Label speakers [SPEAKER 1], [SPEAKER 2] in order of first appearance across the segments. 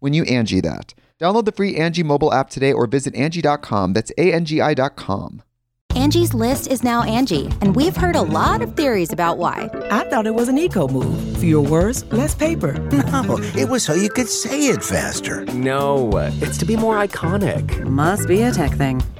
[SPEAKER 1] when you Angie that. Download the free Angie mobile app today or visit Angie.com. That's A-N-G-I dot com.
[SPEAKER 2] Angie's list is now Angie, and we've heard a lot of theories about why.
[SPEAKER 3] I thought it was an eco move. Fewer words, less paper.
[SPEAKER 4] No, it was so you could say it faster.
[SPEAKER 5] No, it's to be more iconic.
[SPEAKER 6] Must be a tech thing.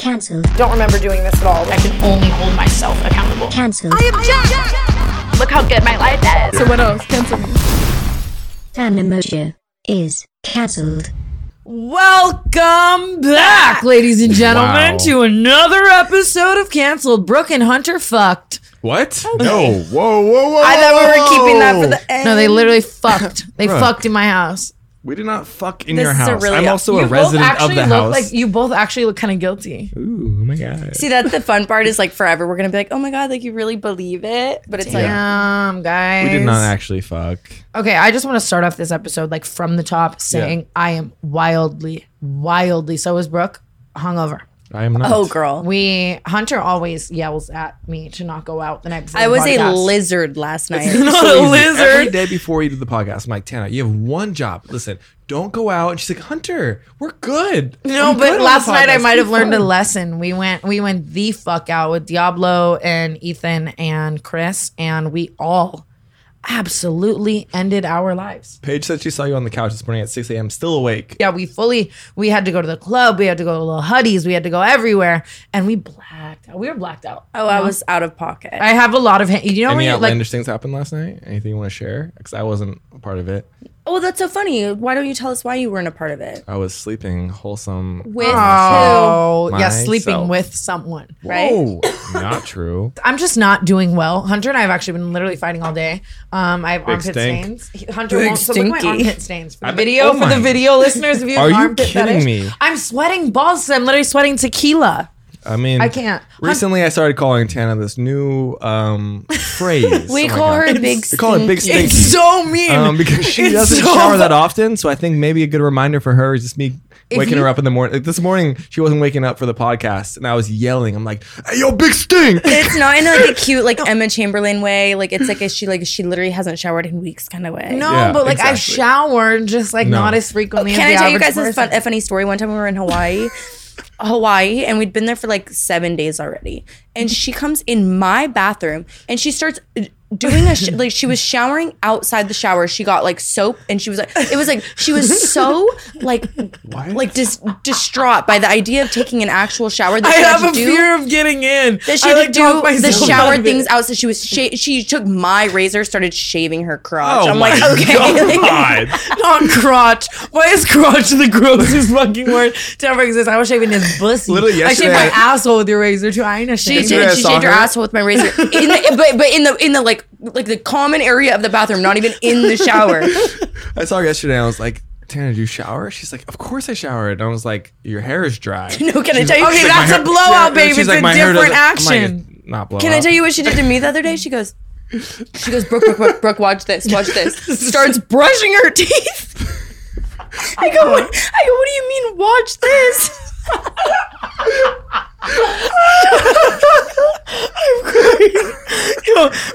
[SPEAKER 7] Cancelled.
[SPEAKER 8] don't remember doing this at all.
[SPEAKER 7] I can only hold myself accountable. Cancelled.
[SPEAKER 8] Look how good my life is. So what else? Cancel me.
[SPEAKER 7] Animoja is cancelled.
[SPEAKER 3] Welcome back, ladies and gentlemen,
[SPEAKER 9] Wow.
[SPEAKER 3] to another episode of Cancelled Brooke and Hunter Fucked.
[SPEAKER 9] What?
[SPEAKER 3] Oh,
[SPEAKER 9] No. Whoa, whoa, whoa.
[SPEAKER 8] I thought we were keeping that for
[SPEAKER 9] whoa.
[SPEAKER 8] the end.
[SPEAKER 3] No, they literally fucked. They
[SPEAKER 9] Bruh.
[SPEAKER 3] fucked in my house.
[SPEAKER 9] We did not fuck in
[SPEAKER 8] This
[SPEAKER 9] your
[SPEAKER 8] is a
[SPEAKER 9] house.
[SPEAKER 8] really-
[SPEAKER 9] I'm also
[SPEAKER 3] you
[SPEAKER 9] a resident
[SPEAKER 3] both
[SPEAKER 9] of
[SPEAKER 3] actually
[SPEAKER 9] the
[SPEAKER 3] look
[SPEAKER 9] house.
[SPEAKER 3] like you both actually look kind of guilty.
[SPEAKER 9] Ooh, oh my god.
[SPEAKER 8] See, that's the fun part is like forever. We're gonna be like, oh my god, like you really believe it, but it's like
[SPEAKER 3] Damn, guys.
[SPEAKER 9] We did not actually fuck.
[SPEAKER 3] Okay, I just want to start off this episode like from the top, saying I am wildly, wildly. So is Brooke hungover.
[SPEAKER 9] I am not.
[SPEAKER 8] oh girl.
[SPEAKER 3] We Hunter always yells at me to not go out the night before.
[SPEAKER 8] I
[SPEAKER 3] the
[SPEAKER 8] was a
[SPEAKER 3] podcast.
[SPEAKER 8] lizard last night.
[SPEAKER 3] Not
[SPEAKER 9] So
[SPEAKER 3] a
[SPEAKER 9] easy. Every
[SPEAKER 3] lizard.
[SPEAKER 9] day before you do the podcast, I'm like, Tana, you have one job. Listen, don't go out. And she's like, Hunter, we're good.
[SPEAKER 3] No,
[SPEAKER 9] I'm good on
[SPEAKER 3] but
[SPEAKER 9] the
[SPEAKER 3] last night I
[SPEAKER 9] podcast.
[SPEAKER 3] might
[SPEAKER 9] Be
[SPEAKER 3] have learned
[SPEAKER 9] fun."
[SPEAKER 3] a lesson. We went we went the fuck out with Diablo and Ethan and Chris and we all absolutely ended our lives.
[SPEAKER 9] Paige said she saw you on the couch this morning at 6 a.m. Still awake.
[SPEAKER 3] Yeah, we fully we had to go to the club, we had to go to little Huddies, we had to go everywhere and we blacked out. We were blacked out.
[SPEAKER 8] oh, I was out of pocket.
[SPEAKER 3] I have a lot of ha- you know when
[SPEAKER 9] Any
[SPEAKER 3] you like
[SPEAKER 9] outlandish things happened last night? Anything you want to share? Because I wasn't a part of it.
[SPEAKER 8] oh, that's so funny. Why don't you tell us why you weren't a part of it?
[SPEAKER 9] I was sleeping wholesome.
[SPEAKER 8] With
[SPEAKER 3] Oh, yeah,
[SPEAKER 9] Myself.
[SPEAKER 3] sleeping with someone.
[SPEAKER 8] who? Right?
[SPEAKER 9] Oh, not true.
[SPEAKER 3] I'm just not doing well. Hunter and I have actually been literally fighting all day. Um, I have armpit
[SPEAKER 9] stink.
[SPEAKER 3] stains. He- Hunter
[SPEAKER 8] Big
[SPEAKER 3] won't. So look at my
[SPEAKER 8] stinky.
[SPEAKER 3] armpit stains for the
[SPEAKER 9] I bet-
[SPEAKER 3] video
[SPEAKER 9] oh
[SPEAKER 3] for the
[SPEAKER 9] my-
[SPEAKER 3] video listeners. If you have
[SPEAKER 9] Are
[SPEAKER 3] an
[SPEAKER 9] you
[SPEAKER 3] armpit
[SPEAKER 9] kidding
[SPEAKER 3] fetish.
[SPEAKER 9] me?
[SPEAKER 3] I'm sweating balls. I'm literally sweating tequila.
[SPEAKER 9] I mean,
[SPEAKER 3] I can't. Hun-
[SPEAKER 9] Recently, I started calling Tana this new um, phrase.
[SPEAKER 8] We
[SPEAKER 9] Oh my
[SPEAKER 8] call
[SPEAKER 9] God.
[SPEAKER 8] her Big
[SPEAKER 9] We call it big
[SPEAKER 8] Stinky.
[SPEAKER 9] stinky.
[SPEAKER 3] It's so mean.
[SPEAKER 9] um, because she
[SPEAKER 3] It's
[SPEAKER 9] doesn't
[SPEAKER 3] so
[SPEAKER 9] shower
[SPEAKER 3] fu-
[SPEAKER 9] that often, so I think maybe a good reminder for her is just me
[SPEAKER 3] If
[SPEAKER 9] waking
[SPEAKER 3] you-
[SPEAKER 9] her up in the morning. Like this morning, she wasn't waking up for the podcast, and I was yelling. I'm like, "Hey, yo, big stink!"
[SPEAKER 8] It's not in like a cute like Emma Chamberlain way. Like it's like a, she like she literally hasn't showered in weeks kind of way.
[SPEAKER 3] no,
[SPEAKER 9] Yeah,
[SPEAKER 3] but like I've
[SPEAKER 9] exactly.
[SPEAKER 3] showered, just like
[SPEAKER 9] No.
[SPEAKER 3] not as frequently.
[SPEAKER 8] Can
[SPEAKER 3] as
[SPEAKER 8] I
[SPEAKER 3] the
[SPEAKER 8] tell you
[SPEAKER 3] average
[SPEAKER 8] guys this fun,
[SPEAKER 3] person.
[SPEAKER 8] a funny story? One time we were in Hawaii Hawaii and we'd been there for like seven days already. And she comes in my bathroom and she starts uh, doing a sh- like she was showering outside the shower. She got like soap and she was like it was like she was so like like dis- distraught by the idea of taking an actual shower that
[SPEAKER 3] I
[SPEAKER 8] she had
[SPEAKER 3] have a
[SPEAKER 8] to do.
[SPEAKER 3] fear of getting in.
[SPEAKER 8] that she
[SPEAKER 3] I,
[SPEAKER 8] had
[SPEAKER 3] like,
[SPEAKER 8] to
[SPEAKER 3] talk
[SPEAKER 8] do the
[SPEAKER 3] myself out
[SPEAKER 8] shower
[SPEAKER 3] of it.
[SPEAKER 8] things out. So she was sha- she took my razor, started shaving her crotch.
[SPEAKER 9] Oh
[SPEAKER 8] I'm
[SPEAKER 9] my
[SPEAKER 8] like, okay, like-
[SPEAKER 9] God.
[SPEAKER 3] Not crotch. Why is crotch the grossest fucking word to ever exist? I was shaving his pussy.
[SPEAKER 9] Literally
[SPEAKER 3] I shaved
[SPEAKER 9] yesterday
[SPEAKER 3] my
[SPEAKER 9] I-
[SPEAKER 3] asshole with your razor too. I ain't
[SPEAKER 8] She
[SPEAKER 3] ashamed.
[SPEAKER 8] did.
[SPEAKER 1] I
[SPEAKER 8] She
[SPEAKER 1] saw
[SPEAKER 8] shaved her
[SPEAKER 1] her?
[SPEAKER 8] asshole with my razor, in the, but but in the in the like like the common area of the bathroom, not even in the shower.
[SPEAKER 9] I saw her yesterday. and I was like, Tana, do you shower? She's like, Of course I shower. And I was like, Your hair is dry.
[SPEAKER 8] No, can I tell you?
[SPEAKER 3] Okay,
[SPEAKER 9] My
[SPEAKER 3] that's
[SPEAKER 9] hair-
[SPEAKER 3] a blowout,
[SPEAKER 9] Yeah.
[SPEAKER 3] baby.
[SPEAKER 9] She's
[SPEAKER 3] It's
[SPEAKER 9] like,
[SPEAKER 3] a
[SPEAKER 9] "My hair
[SPEAKER 3] different
[SPEAKER 9] doesn't-" I'm like,
[SPEAKER 3] action.
[SPEAKER 9] "It's not blowout.
[SPEAKER 8] Can I tell you what she did to me the other day? She goes, she goes, Brooke, Brooke, Brooke, Brooke, watch this, watch this. Starts brushing her teeth. I go, what, I go, what do you mean, watch this?
[SPEAKER 3] Yo,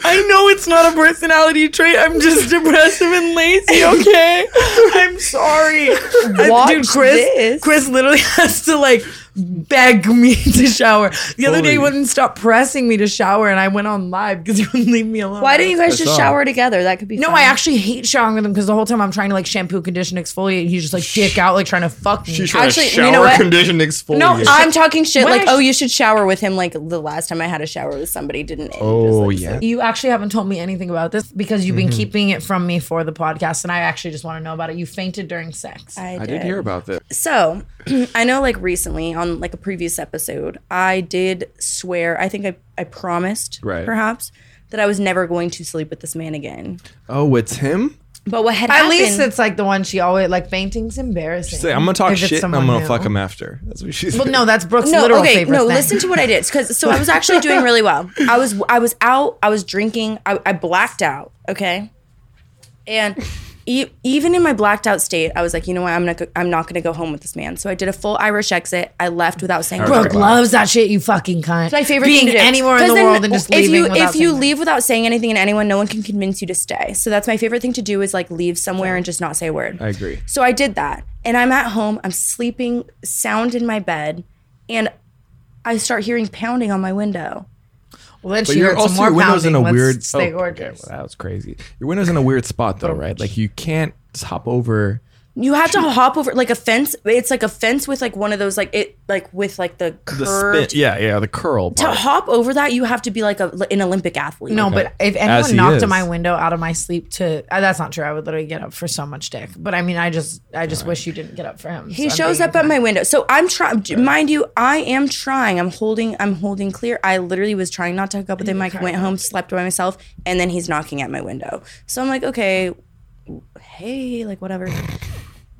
[SPEAKER 3] I know it's not a personality trait. I'm just depressive and lazy. Okay, I'm sorry. I-
[SPEAKER 8] Watch
[SPEAKER 3] Dude, Chris,
[SPEAKER 8] this.
[SPEAKER 3] Chris literally has to like beg me to shower. The other day, he
[SPEAKER 9] Holy.
[SPEAKER 3] wouldn't stop pressing me to shower, and I went on live because he wouldn't leave me alone.
[SPEAKER 8] Why didn't you guys
[SPEAKER 9] I
[SPEAKER 8] just
[SPEAKER 9] saw.
[SPEAKER 8] shower together? That could be.
[SPEAKER 3] No,
[SPEAKER 8] fun.
[SPEAKER 3] I actually hate showering with him because the whole time I'm trying to like shampoo, condition, exfoliate, and he's just like dick out, like trying to fuck me.
[SPEAKER 9] She's trying
[SPEAKER 8] Actually,
[SPEAKER 9] to
[SPEAKER 8] you
[SPEAKER 9] shower
[SPEAKER 8] know what?
[SPEAKER 9] condition exfoliate.
[SPEAKER 8] No, I'm talking shit.
[SPEAKER 3] When
[SPEAKER 8] Like,
[SPEAKER 3] I-
[SPEAKER 8] oh, you should shower with him. Like the last time I had a shower with somebody, didn't it?
[SPEAKER 9] Oh, yeah. Mm-hmm.
[SPEAKER 3] you actually haven't told me anything about this because you've been keeping it from me for the podcast, and I actually just want to know about it. You fainted during sex.
[SPEAKER 8] I did.
[SPEAKER 9] I did hear about this.
[SPEAKER 8] So, I know like recently on like a previous episode, I did swear, I think I, I promised
[SPEAKER 9] Right.
[SPEAKER 8] perhaps that I was never going to sleep with this man again.
[SPEAKER 9] Oh, it's him?
[SPEAKER 8] But what had
[SPEAKER 3] At
[SPEAKER 8] happened
[SPEAKER 3] least it's like the one she always like fainting's embarrassing.
[SPEAKER 9] Say, I'm going to talk
[SPEAKER 3] If it's
[SPEAKER 9] shit and I'm
[SPEAKER 3] someone
[SPEAKER 9] going to
[SPEAKER 3] new.
[SPEAKER 9] fuck him after. That's what she's
[SPEAKER 3] Well, no, that's Brooke's
[SPEAKER 8] no,
[SPEAKER 3] literal
[SPEAKER 8] okay,
[SPEAKER 3] favorite
[SPEAKER 8] no.
[SPEAKER 3] thing.
[SPEAKER 8] Listen to what I did, because so I was actually doing really well. I was I was out, I was drinking, I, I blacked out, okay, and e- even in my blacked out state, I was like, you know what, I'm not go- I'm not going to go home with this man. So I did a full Irish exit. I left without saying. a word.
[SPEAKER 3] Brooke loves that shit. You fucking cunt. It's
[SPEAKER 8] my favorite
[SPEAKER 3] Being
[SPEAKER 8] thing to do.
[SPEAKER 3] anywhere in
[SPEAKER 8] 'Cause
[SPEAKER 3] the
[SPEAKER 8] then
[SPEAKER 3] world and just
[SPEAKER 8] if
[SPEAKER 3] leaving.
[SPEAKER 8] you
[SPEAKER 3] without
[SPEAKER 8] if you
[SPEAKER 3] saying-
[SPEAKER 8] leave without saying anything and anyone, no one can convince you to stay. So that's my favorite thing to do is like leave somewhere and just not say a word.
[SPEAKER 9] I agree.
[SPEAKER 8] So I did that, and I'm at home. I'm sleeping sound in my bed, and I start hearing pounding on my window.
[SPEAKER 3] well, then
[SPEAKER 9] But
[SPEAKER 3] she
[SPEAKER 9] your
[SPEAKER 3] heard some
[SPEAKER 9] also
[SPEAKER 3] more
[SPEAKER 9] your windows in a weird.
[SPEAKER 3] Stay
[SPEAKER 9] oh, okay,
[SPEAKER 3] gorgeous.
[SPEAKER 9] well, that was crazy. Your windows in a weird spot though, right? Like you can't just hop over.
[SPEAKER 8] You have to hop over like a fence. It's like a fence with like one of those like it like with like the
[SPEAKER 9] The
[SPEAKER 8] curved.
[SPEAKER 9] spin, yeah, yeah, the curl.
[SPEAKER 8] To
[SPEAKER 9] part.
[SPEAKER 8] hop over that, you have to be like a, an Olympic athlete.
[SPEAKER 3] No, but if
[SPEAKER 9] As
[SPEAKER 3] anyone
[SPEAKER 9] he
[SPEAKER 3] knocked
[SPEAKER 9] is.
[SPEAKER 3] on my window out of my sleep to uh, that's not true. I would literally get up for so much dick. But I mean, I just I just wish you didn't get up for him.
[SPEAKER 8] He shows up at my window. So I'm trying, mind you, I am trying. I'm holding, I'm holding clear. I literally was trying not to hook up with him. I went home, slept by myself, and then he's knocking at my window. So I'm like, okay, hey, like whatever.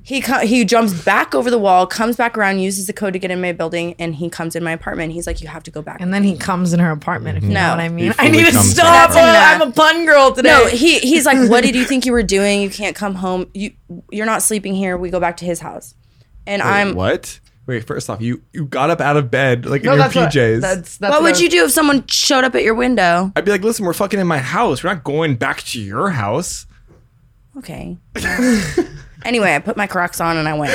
[SPEAKER 8] He co- he jumps back over the wall, comes back around, uses the code to get in my building, and he comes in my apartment. He's like, you have to go back.
[SPEAKER 3] and then he comes in her apartment. If you know
[SPEAKER 8] No.
[SPEAKER 3] what I mean,
[SPEAKER 9] He
[SPEAKER 3] I need
[SPEAKER 9] fully
[SPEAKER 3] to
[SPEAKER 9] comes in
[SPEAKER 3] stop.
[SPEAKER 8] her
[SPEAKER 3] Oh,
[SPEAKER 8] apartment.
[SPEAKER 3] I'm a pun girl today.
[SPEAKER 8] no, he he's like, what did you think you were doing? You can't come home. You you're not sleeping here. We go back to his house, and
[SPEAKER 9] Wait,
[SPEAKER 8] I'm.
[SPEAKER 9] what? Wait, first off, you you got up out of bed like
[SPEAKER 3] No,
[SPEAKER 9] in your
[SPEAKER 3] that's what-
[SPEAKER 9] PJs.
[SPEAKER 3] that's, that's
[SPEAKER 8] What
[SPEAKER 3] I-
[SPEAKER 8] would you do if someone showed up at your window?
[SPEAKER 9] I'd be like, listen, we're fucking in my house. We're not going back to your house.
[SPEAKER 8] okay. anyway, I put my Crocs on and I went.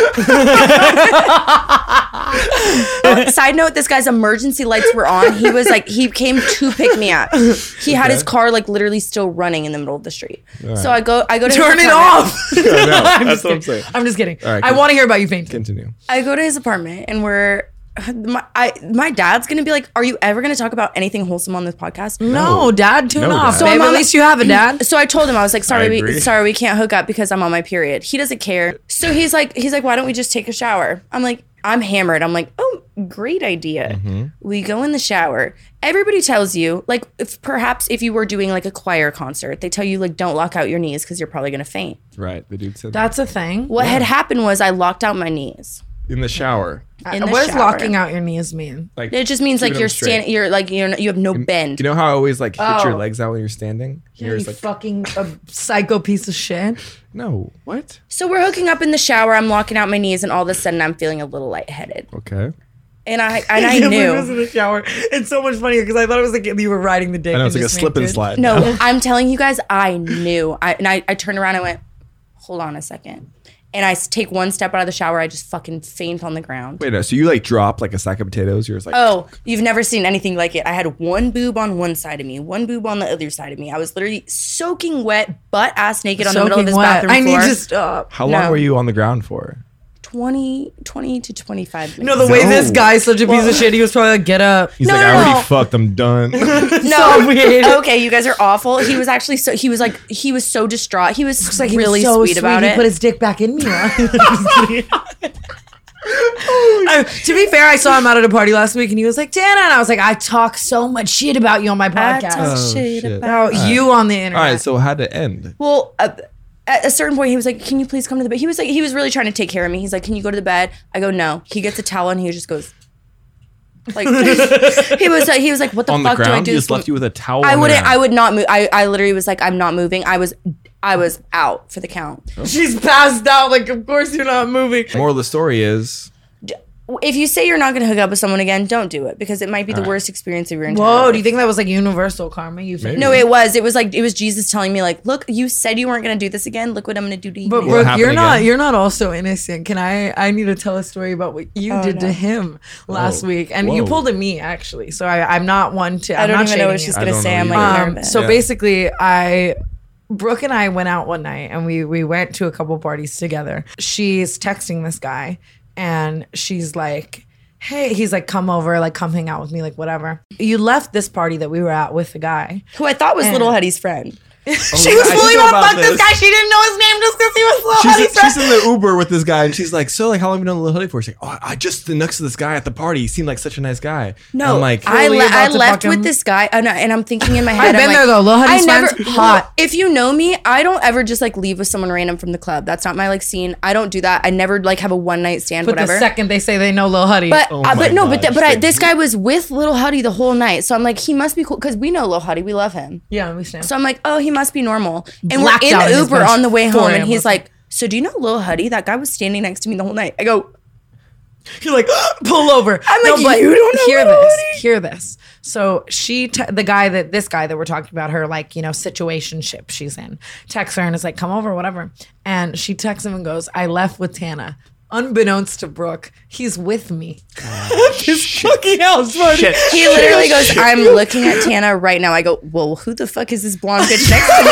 [SPEAKER 8] Oh, Side note: This guy's emergency lights were on. He was like, he came to pick me up. He had his car like literally still running in the middle of the street. So I go, I go to his
[SPEAKER 3] turn it
[SPEAKER 8] apartment-
[SPEAKER 3] off? I'm
[SPEAKER 9] that's
[SPEAKER 3] just
[SPEAKER 9] what I'm
[SPEAKER 3] kidding.
[SPEAKER 9] saying.
[SPEAKER 3] I'm just kidding.
[SPEAKER 9] right,
[SPEAKER 3] I
[SPEAKER 9] good.
[SPEAKER 3] want to hear about you fainting.
[SPEAKER 9] Continue.
[SPEAKER 8] I go to his apartment and we're. My, I, my dad's gonna be like, "Are you ever gonna talk about anything wholesome on this podcast?"
[SPEAKER 3] No, Dad, tune
[SPEAKER 9] No,
[SPEAKER 3] off.
[SPEAKER 9] Dad.
[SPEAKER 3] So
[SPEAKER 9] So
[SPEAKER 8] I'm
[SPEAKER 3] at
[SPEAKER 8] on-
[SPEAKER 3] least you have a dad.
[SPEAKER 8] So I told him I was like,
[SPEAKER 9] I
[SPEAKER 8] sorry, we,
[SPEAKER 9] agree.
[SPEAKER 8] sorry, we can't hook up because I'm on my period. He doesn't care. So he's like, he's like, why don't we just take a shower? I'm like, I'm hammered. I'm like, oh, great idea.
[SPEAKER 9] Mm-hmm.
[SPEAKER 8] We go in the shower. Everybody tells you, like, if perhaps if you were doing like a choir concert, they tell you like, don't lock out your knees because you're probably gonna faint.
[SPEAKER 9] Right, the dude said that
[SPEAKER 3] That's a thing.
[SPEAKER 8] What had happened was I locked out my knees.
[SPEAKER 9] in the shower.
[SPEAKER 8] In the
[SPEAKER 3] what does
[SPEAKER 8] shower.
[SPEAKER 3] locking out your knees mean?
[SPEAKER 9] Like
[SPEAKER 8] It just means
[SPEAKER 9] keeping
[SPEAKER 8] like
[SPEAKER 9] them
[SPEAKER 8] you're
[SPEAKER 9] straight.
[SPEAKER 8] standing. You're like you're you have no bend.
[SPEAKER 9] You know how I always like hit your
[SPEAKER 3] Oh.
[SPEAKER 9] legs out when you're standing?
[SPEAKER 3] Yeah,
[SPEAKER 9] You're
[SPEAKER 3] you
[SPEAKER 9] just like,
[SPEAKER 3] fucking a psycho piece of shit.
[SPEAKER 9] no, what?
[SPEAKER 8] so we're hooking up in the shower. I'm locking out my knees, and all of a sudden I'm feeling a little lightheaded.
[SPEAKER 9] Okay.
[SPEAKER 8] And I and I
[SPEAKER 3] If it was
[SPEAKER 8] knew.
[SPEAKER 3] in the shower. It's so much funnier because I thought it was like you were riding the dick.
[SPEAKER 9] I know it's
[SPEAKER 3] and
[SPEAKER 9] like a
[SPEAKER 3] just
[SPEAKER 9] slip and
[SPEAKER 3] fainted.
[SPEAKER 9] slide.
[SPEAKER 8] No, I'm telling you guys, I knew. I and I, I turned around and went, hold on a second. and I s- take one step out of the shower, I just fucking faint on the ground.
[SPEAKER 9] Wait, no. So you like drop like a sack of potatoes. You're just like,
[SPEAKER 8] Oh, you've never seen anything like it. I had one boob on one side of me, one boob on the other side of me. I was literally soaking wet, butt ass naked on the middle of
[SPEAKER 3] Soaking
[SPEAKER 8] his
[SPEAKER 3] wet.
[SPEAKER 8] bathroom
[SPEAKER 3] I
[SPEAKER 8] floor.
[SPEAKER 3] need uh, to stop.
[SPEAKER 9] how long
[SPEAKER 8] no.
[SPEAKER 9] were you on the ground for?
[SPEAKER 8] 20, 20 to 25
[SPEAKER 3] No,
[SPEAKER 8] minutes.
[SPEAKER 3] the way this guy's such a piece of shit, he was probably like, get up.
[SPEAKER 9] He's
[SPEAKER 8] No,
[SPEAKER 9] like,
[SPEAKER 8] no,
[SPEAKER 9] I already
[SPEAKER 8] no.
[SPEAKER 9] fucked. I'm done.
[SPEAKER 8] No,
[SPEAKER 3] so weird.
[SPEAKER 8] okay, you guys are awful. He was actually so he was like he was so distraught. He was like really
[SPEAKER 3] so
[SPEAKER 8] sweet, about
[SPEAKER 3] he
[SPEAKER 8] it.
[SPEAKER 3] Put his dick back in me. I- to be fair, I saw him out at a party last week, and he was like, "Tana," and I was like, "I talk so much shit about you on my
[SPEAKER 8] I
[SPEAKER 3] podcast,
[SPEAKER 8] talk shit
[SPEAKER 9] Oh, shit.
[SPEAKER 8] about-
[SPEAKER 3] about you on the internet."
[SPEAKER 9] All right. So how'd it end?
[SPEAKER 8] Well, uh, at a certain point, he was like, "Can you please come to the bed?" He was like, he was really trying to take care of me. He's like, "Can you go to the bed?" I go, "No." He gets a towel and he just goes, like he was like, he was like, "What the
[SPEAKER 9] on the
[SPEAKER 8] fuck do I
[SPEAKER 9] ground?
[SPEAKER 8] do?"
[SPEAKER 9] He just
[SPEAKER 8] this
[SPEAKER 9] left
[SPEAKER 8] for-"
[SPEAKER 9] you with a towel.
[SPEAKER 8] I
[SPEAKER 9] on the
[SPEAKER 8] wouldn't.
[SPEAKER 9] ground.
[SPEAKER 8] I would not move. I, I literally was like, "I'm not moving." I was, I was out for the count.
[SPEAKER 3] She's passed out. Like, of course you're not moving.
[SPEAKER 9] Moral of the story is
[SPEAKER 8] If you say you're not going to hook up with someone again, don't do it because it might be the worst experience of your entire.
[SPEAKER 3] Whoa,
[SPEAKER 8] life.
[SPEAKER 3] do you think that was like universal karma? You think?
[SPEAKER 8] No, it was. It was like it was Jesus telling me, like, "Look, you said you weren't going to do this again. Look what I'm going to do to you."
[SPEAKER 3] But
[SPEAKER 8] now."
[SPEAKER 3] Brooke,
[SPEAKER 9] happen
[SPEAKER 3] you're not
[SPEAKER 9] again?
[SPEAKER 3] you're not also innocent. Can I I need to tell a story about what you
[SPEAKER 8] Oh,
[SPEAKER 3] did to him last
[SPEAKER 9] Whoa.
[SPEAKER 3] week, and you
[SPEAKER 9] Oh, Whoa.
[SPEAKER 3] pulled at me actually. So I, I'm not one to. I'm
[SPEAKER 8] I don't
[SPEAKER 3] not
[SPEAKER 8] even know
[SPEAKER 3] shading
[SPEAKER 8] what
[SPEAKER 3] you.
[SPEAKER 8] she's
[SPEAKER 9] I
[SPEAKER 8] going to
[SPEAKER 9] don't
[SPEAKER 8] say.
[SPEAKER 9] know
[SPEAKER 8] I'm like
[SPEAKER 9] either.
[SPEAKER 3] Um,
[SPEAKER 8] nervous.
[SPEAKER 3] so
[SPEAKER 9] Yeah.
[SPEAKER 3] basically, I Brooke and I went out one night and we we went to a couple parties together. She's texting this guy and she's like, "Hey," he's like, "Come over, like come hang out with me, like whatever." You left this party that we were at with the guy.
[SPEAKER 8] who I thought
[SPEAKER 3] eh.
[SPEAKER 8] was Little Hetty's friend.
[SPEAKER 3] she was
[SPEAKER 9] Oh, I
[SPEAKER 3] fully
[SPEAKER 9] know
[SPEAKER 3] gonna
[SPEAKER 9] about
[SPEAKER 3] fuck this.
[SPEAKER 9] this.
[SPEAKER 3] guy. She didn't know his name just because he was little.
[SPEAKER 9] she's,
[SPEAKER 3] honey,
[SPEAKER 9] she's in the Uber with this guy, and she's like, "So, like, how long have you known Lil Hoodie for?" She's like, "Oh, I just the next to this guy at the party. He seemed like such a nice guy."
[SPEAKER 8] No,
[SPEAKER 9] I'm like,
[SPEAKER 8] I,
[SPEAKER 3] really
[SPEAKER 8] le-
[SPEAKER 3] about
[SPEAKER 8] I
[SPEAKER 3] to fuck
[SPEAKER 8] left
[SPEAKER 3] him?
[SPEAKER 8] with this guy, and, I, and I'm thinking in my head. I'm
[SPEAKER 3] I've been
[SPEAKER 8] like,
[SPEAKER 3] there, though. Lil Huddy's
[SPEAKER 8] I never
[SPEAKER 3] friends, hot.
[SPEAKER 8] If you know me, I don't ever just like leave with someone random from the club. That's not my like scene. I don't do that. I never like have a one night stand,
[SPEAKER 3] But the
[SPEAKER 8] whatever.
[SPEAKER 3] second they say they know Lil Huddy,
[SPEAKER 8] but
[SPEAKER 9] Oh
[SPEAKER 8] uh,
[SPEAKER 9] my
[SPEAKER 8] but no, but
[SPEAKER 9] gosh,
[SPEAKER 8] th- but I,
[SPEAKER 9] thank
[SPEAKER 8] this
[SPEAKER 9] you.
[SPEAKER 8] guy was with Little Huddy the whole night, so I'm like, he must be cool because we know Lil Huddy, we love him.
[SPEAKER 3] yeah, we stand.
[SPEAKER 8] So I'm like, oh, he must be normal. And
[SPEAKER 3] Blacked
[SPEAKER 8] we're in
[SPEAKER 3] out in
[SPEAKER 8] the
[SPEAKER 3] his
[SPEAKER 8] Uber
[SPEAKER 3] bunch.
[SPEAKER 8] on the way
[SPEAKER 3] 4
[SPEAKER 8] home,
[SPEAKER 3] a.m.
[SPEAKER 8] and he's
[SPEAKER 3] looking.
[SPEAKER 8] like, so do you know Lil Huddy? That guy was standing next to me the whole night. I go,
[SPEAKER 3] You're like, pull over.
[SPEAKER 8] I'm like, "You don't know
[SPEAKER 3] hear
[SPEAKER 8] what I
[SPEAKER 3] this, hear this. So she, te- the guy that this guy that we're talking about, her like you know situationship she's in, texts her and is like, come over, whatever. And she texts him and goes, I left with Tana. Unbeknownst to Brooke, he's with me. this fucking house party.
[SPEAKER 8] He literally goes, I'm looking at Tana right now. I go, Well, who the fuck is this blonde bitch next to me?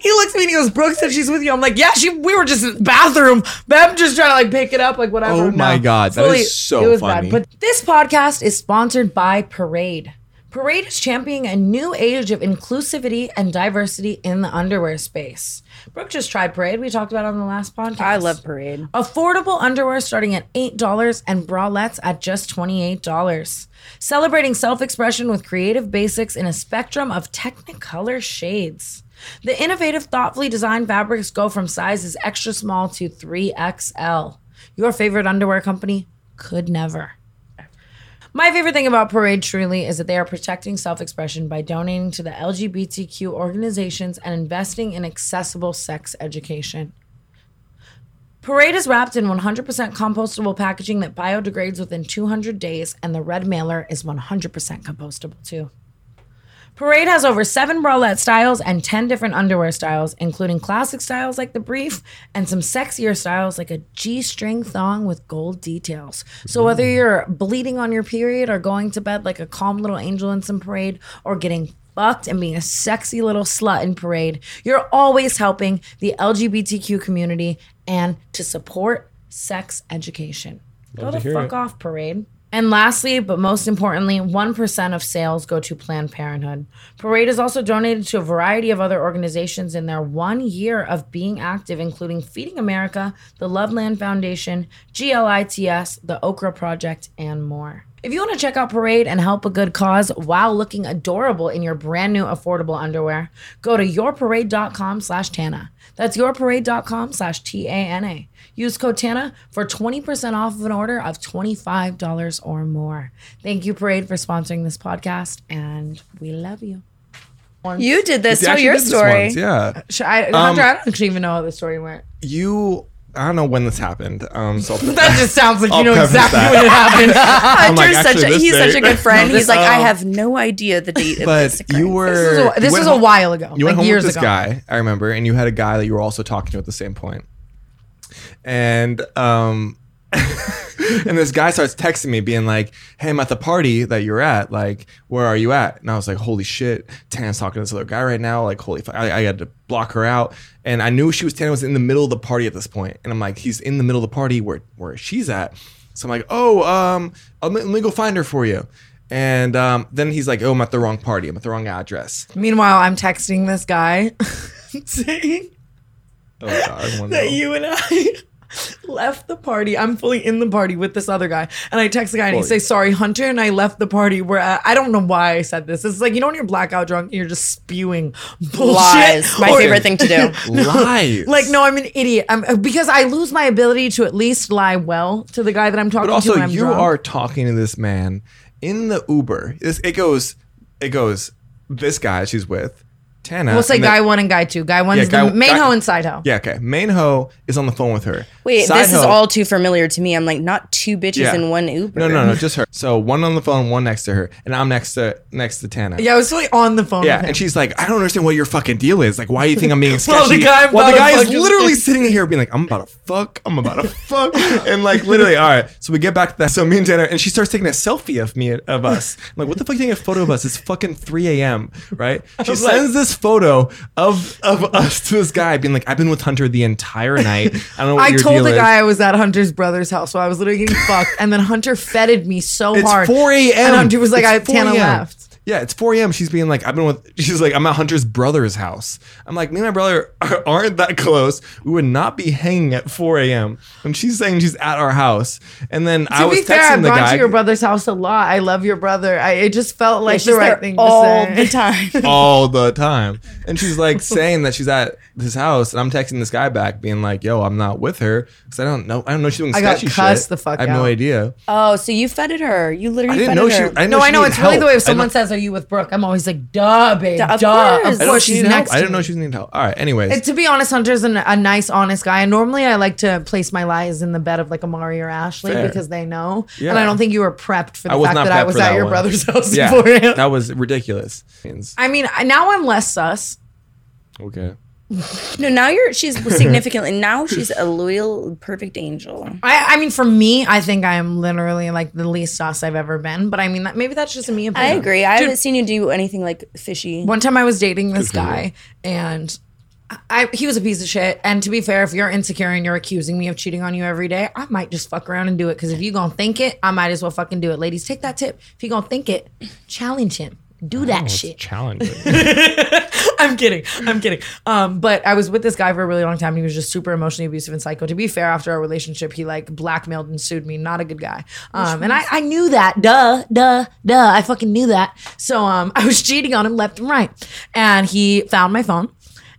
[SPEAKER 3] He looks at me and he goes, Brooke said she's with you. I'm like, yeah, she. We were just in the bathroom. But I'm just trying to like pick it up, like whatever.
[SPEAKER 9] Oh my God, that is so
[SPEAKER 3] it was
[SPEAKER 9] funny.
[SPEAKER 3] Bad. But this podcast is sponsored by Parade. Parade is championing a new age of inclusivity and diversity in the underwear space. Brooke just tried Parade. We talked about it on the last podcast.
[SPEAKER 8] I love parade.
[SPEAKER 3] Affordable underwear starting at $8 and bralettes at just $28. Celebrating self expression with creative basics in a spectrum of technicolor shades. The innovative, thoughtfully designed fabrics go from sizes extra small to 3XL. Your favorite underwear company could never. My favorite thing about Parade truly is that they are protecting self expression by donating to the LGBTQ organizations and investing in accessible sex education. Parade is wrapped in 100% compostable packaging that biodegrades within 200 days, and the red mailer is 100% compostable too. Parade has over seven bralette styles and 10 different underwear styles, including classic styles like the brief and some sexier styles like a G string thong with gold details. So, whether you're bleeding on your period or going to bed like a calm little angel in some parade or getting fucked and being a sexy little slut in parade, you're always helping the LGBTQ community and to support sex education. Go the fuck off, parade. And lastly, but most importantly, 1% of sales go to Planned Parenthood. Parade is also donated to a variety of other organizations in their one year of being active, including Feeding America, the Loveland Foundation, GLITS, the Okra Project, and more. If you want to check out Parade and help a good cause while looking adorable in your brand new affordable underwear, go to yourparade.com slash Tana. That's yourparade.com slash T-A-N-A. Use code TANA for 20% off of an order of $25 or more. Thank you, Parade, for sponsoring this podcast, and we love you.
[SPEAKER 8] You did this.
[SPEAKER 9] You
[SPEAKER 8] Tell
[SPEAKER 9] actually
[SPEAKER 8] your
[SPEAKER 9] did this
[SPEAKER 8] story.
[SPEAKER 9] once, Yeah,
[SPEAKER 6] Um,
[SPEAKER 3] Sh- I, Hunter, I don't actually even know how the story went.
[SPEAKER 9] you I don't know when this happened. Um, so I'll-
[SPEAKER 6] That just sounds like you
[SPEAKER 9] I'll
[SPEAKER 6] know
[SPEAKER 9] preface
[SPEAKER 6] exactly
[SPEAKER 9] that.
[SPEAKER 6] when it happened.
[SPEAKER 9] I'm like,
[SPEAKER 8] Hunter's such
[SPEAKER 9] actually,
[SPEAKER 8] a
[SPEAKER 9] this
[SPEAKER 8] he's such
[SPEAKER 9] date-
[SPEAKER 8] a good friend.
[SPEAKER 9] No,
[SPEAKER 8] he's like,
[SPEAKER 9] this-
[SPEAKER 8] I
[SPEAKER 9] um,
[SPEAKER 8] have no idea the date of
[SPEAKER 9] but
[SPEAKER 8] this
[SPEAKER 9] you
[SPEAKER 8] occurrence.
[SPEAKER 9] were
[SPEAKER 3] This is a- this
[SPEAKER 9] you
[SPEAKER 3] is
[SPEAKER 9] went
[SPEAKER 3] a
[SPEAKER 9] home-
[SPEAKER 3] while ago,
[SPEAKER 9] You
[SPEAKER 3] like
[SPEAKER 9] went home
[SPEAKER 3] years
[SPEAKER 9] with this
[SPEAKER 3] ago.
[SPEAKER 9] guy, I remember, and you had a guy that you were also talking to at the same point. And um, and this guy starts texting me, being like, "Hey, I'm at the party that you're at. Like, where are you at?" And I was like, "Holy shit, Tana's talking to this other guy right now. Like, holy, fuck. I, I had to block her out." And I knew she was Tana was in the middle of the party at this point, and I'm like, "He's in the middle of the party where where she's at." So I'm like, "Oh, um, let me, let me go find her for you." And um, then he's like, "Oh, I'm at the wrong party. I'm at the wrong address."
[SPEAKER 3] Meanwhile, I'm texting this guy saying
[SPEAKER 9] Oh God, I wanna know.
[SPEAKER 3] that you and I left the party. I'm fully in the party with this other guy. And I text the guy and he says, Sorry, Hunter and I left the party. We're at, I don't know why I said this. It's like, you know, when you're blackout drunk, you're just spewing bullshit.
[SPEAKER 8] lies. My
[SPEAKER 3] or-
[SPEAKER 8] favorite thing to do.
[SPEAKER 9] lies.
[SPEAKER 3] Like, no, I'm an idiot. I'm, because I lose my ability to at least lie well to the guy that I'm talking
[SPEAKER 9] But
[SPEAKER 3] to.
[SPEAKER 9] also,
[SPEAKER 3] when I'm
[SPEAKER 9] you
[SPEAKER 3] drunk.
[SPEAKER 9] are talking to this man in the Uber. This it goes, it goes. This guy she's with, Tana.
[SPEAKER 3] We'll say
[SPEAKER 9] and
[SPEAKER 3] guy
[SPEAKER 9] then-
[SPEAKER 3] one and guy two. Guy one's
[SPEAKER 9] Yeah, guy-
[SPEAKER 3] the main
[SPEAKER 9] guy-
[SPEAKER 3] hoe and side hoe.
[SPEAKER 9] Yeah, okay. Main ho is on the phone with her.
[SPEAKER 8] Wait,
[SPEAKER 9] Side
[SPEAKER 8] this is
[SPEAKER 9] hoe-
[SPEAKER 8] all too familiar to me. I'm like, not two bitches
[SPEAKER 9] Yeah.
[SPEAKER 8] in one Uber.
[SPEAKER 9] No, no, no, just her. So one on the phone, one next to her, and I'm next to next to Tana.
[SPEAKER 3] Yeah, I was really on the phone.
[SPEAKER 9] Yeah,
[SPEAKER 3] with him.
[SPEAKER 9] and she's like, I don't understand what your fucking deal is. Like, why do you think I'm being sketchy?
[SPEAKER 3] Well, the guy
[SPEAKER 9] While the
[SPEAKER 3] about
[SPEAKER 9] guy
[SPEAKER 3] to
[SPEAKER 9] is
[SPEAKER 3] fucking-
[SPEAKER 9] literally sitting here being like, I'm about to fuck, I'm about to fuck, and like literally, all right. So we get back to that. So me and Tanner, and she starts taking a selfie of me of us. I'm like, what the fuck? You taking a photo of us? It's fucking 3 a.m. Right? She sends this photo of of us to this guy, being like, I've been with Hunter the entire night. I don't know. What
[SPEAKER 3] I
[SPEAKER 9] your
[SPEAKER 3] told
[SPEAKER 9] deal
[SPEAKER 3] the
[SPEAKER 9] is.
[SPEAKER 3] guy I was at Hunter's brother's house, so I was literally getting fucked. And then Hunter feted me so
[SPEAKER 9] It's
[SPEAKER 3] hard.
[SPEAKER 9] 4 a.m.
[SPEAKER 3] And Hunter was like,
[SPEAKER 9] It's
[SPEAKER 3] I have
[SPEAKER 9] 4
[SPEAKER 3] Tana
[SPEAKER 9] a.m..
[SPEAKER 3] left.
[SPEAKER 9] Yeah, it's 4 a.m. She's being like, I've been with, she's like, I'm at Hunter's brother's house. I'm like, me and my brother aren't that close. We would not be hanging at 4 a.m. And she's saying she's at our house. And then I
[SPEAKER 3] to
[SPEAKER 9] was
[SPEAKER 3] be
[SPEAKER 9] texting
[SPEAKER 3] fair, I've
[SPEAKER 9] the
[SPEAKER 3] gone
[SPEAKER 9] guy.
[SPEAKER 3] to your brother's house a lot. I love your brother. I, it just felt like
[SPEAKER 8] She's
[SPEAKER 3] the right
[SPEAKER 8] there
[SPEAKER 3] thing
[SPEAKER 8] all
[SPEAKER 3] to say.
[SPEAKER 8] the time.
[SPEAKER 9] all the time. And she's like saying that she's at his house, and I'm texting this guy back, being like, "Yo, I'm not with her because I don't know. I don't know she's doing
[SPEAKER 3] I got
[SPEAKER 9] sketchy
[SPEAKER 3] cussed
[SPEAKER 9] shit.
[SPEAKER 3] the fuck
[SPEAKER 9] I have no
[SPEAKER 3] out.
[SPEAKER 9] idea.
[SPEAKER 8] Oh, so you feted her? You
[SPEAKER 9] I
[SPEAKER 8] literally
[SPEAKER 9] didn't
[SPEAKER 8] feted
[SPEAKER 9] know she.
[SPEAKER 8] her.
[SPEAKER 9] I didn't
[SPEAKER 3] No, I
[SPEAKER 9] she
[SPEAKER 3] know.
[SPEAKER 9] needed
[SPEAKER 3] It's really the
[SPEAKER 9] help.
[SPEAKER 3] way
[SPEAKER 9] I
[SPEAKER 3] if someone
[SPEAKER 9] know-
[SPEAKER 3] says, Are you with Brooke? I'm always like, Duh, babe.
[SPEAKER 8] Duh,
[SPEAKER 3] Duh.
[SPEAKER 8] of
[SPEAKER 9] I
[SPEAKER 8] course. I
[SPEAKER 9] didn't know she
[SPEAKER 3] she's
[SPEAKER 9] needed help.
[SPEAKER 3] next.
[SPEAKER 9] I
[SPEAKER 3] to
[SPEAKER 9] didn't
[SPEAKER 3] me.
[SPEAKER 9] know she needed help. All right. Anyways,
[SPEAKER 3] And to be honest, Hunter's an, a nice, honest guy. And normally I like to place my lies in the bed of like Amari or Ashley
[SPEAKER 9] Fair.
[SPEAKER 3] because they know.
[SPEAKER 9] Yeah.
[SPEAKER 3] And I don't think you were prepped for the
[SPEAKER 9] I was
[SPEAKER 3] fact
[SPEAKER 9] not
[SPEAKER 3] that I
[SPEAKER 9] prepped
[SPEAKER 3] was
[SPEAKER 9] for
[SPEAKER 3] at
[SPEAKER 9] that
[SPEAKER 3] your
[SPEAKER 9] one.
[SPEAKER 3] brother's house
[SPEAKER 9] yeah,
[SPEAKER 3] for him.
[SPEAKER 9] that was ridiculous.
[SPEAKER 3] I mean, I- now I'm less sus.
[SPEAKER 9] Okay.
[SPEAKER 8] No, now you're she's significantly now she's a loyal, perfect angel.
[SPEAKER 3] I, I mean, for me, I think I am literally like the least sus I've ever been. But I mean, that maybe that's just me.
[SPEAKER 8] I
[SPEAKER 3] opinion.
[SPEAKER 8] agree. I haven't seen you do anything like fishy.
[SPEAKER 3] One time I was dating this guy, and I he was a piece of shit. And to be fair, if you're insecure and you're accusing me of cheating on you every day, I might just fuck around and do it. Because if you gonna think it, I might as well fucking do it. Ladies, take that tip. If you gonna think it, challenge him. Do that shit.
[SPEAKER 9] Challenging.
[SPEAKER 3] I'm kidding. I'm kidding. Um, but I was with this guy for a really long time. And he was just super emotionally abusive and psycho. To be fair, after our relationship, he like blackmailed and sued me. Not a good guy. Um, and I, I knew that. Duh, duh, duh. I fucking knew that. So um, I was cheating on him left and right. And he found my phone.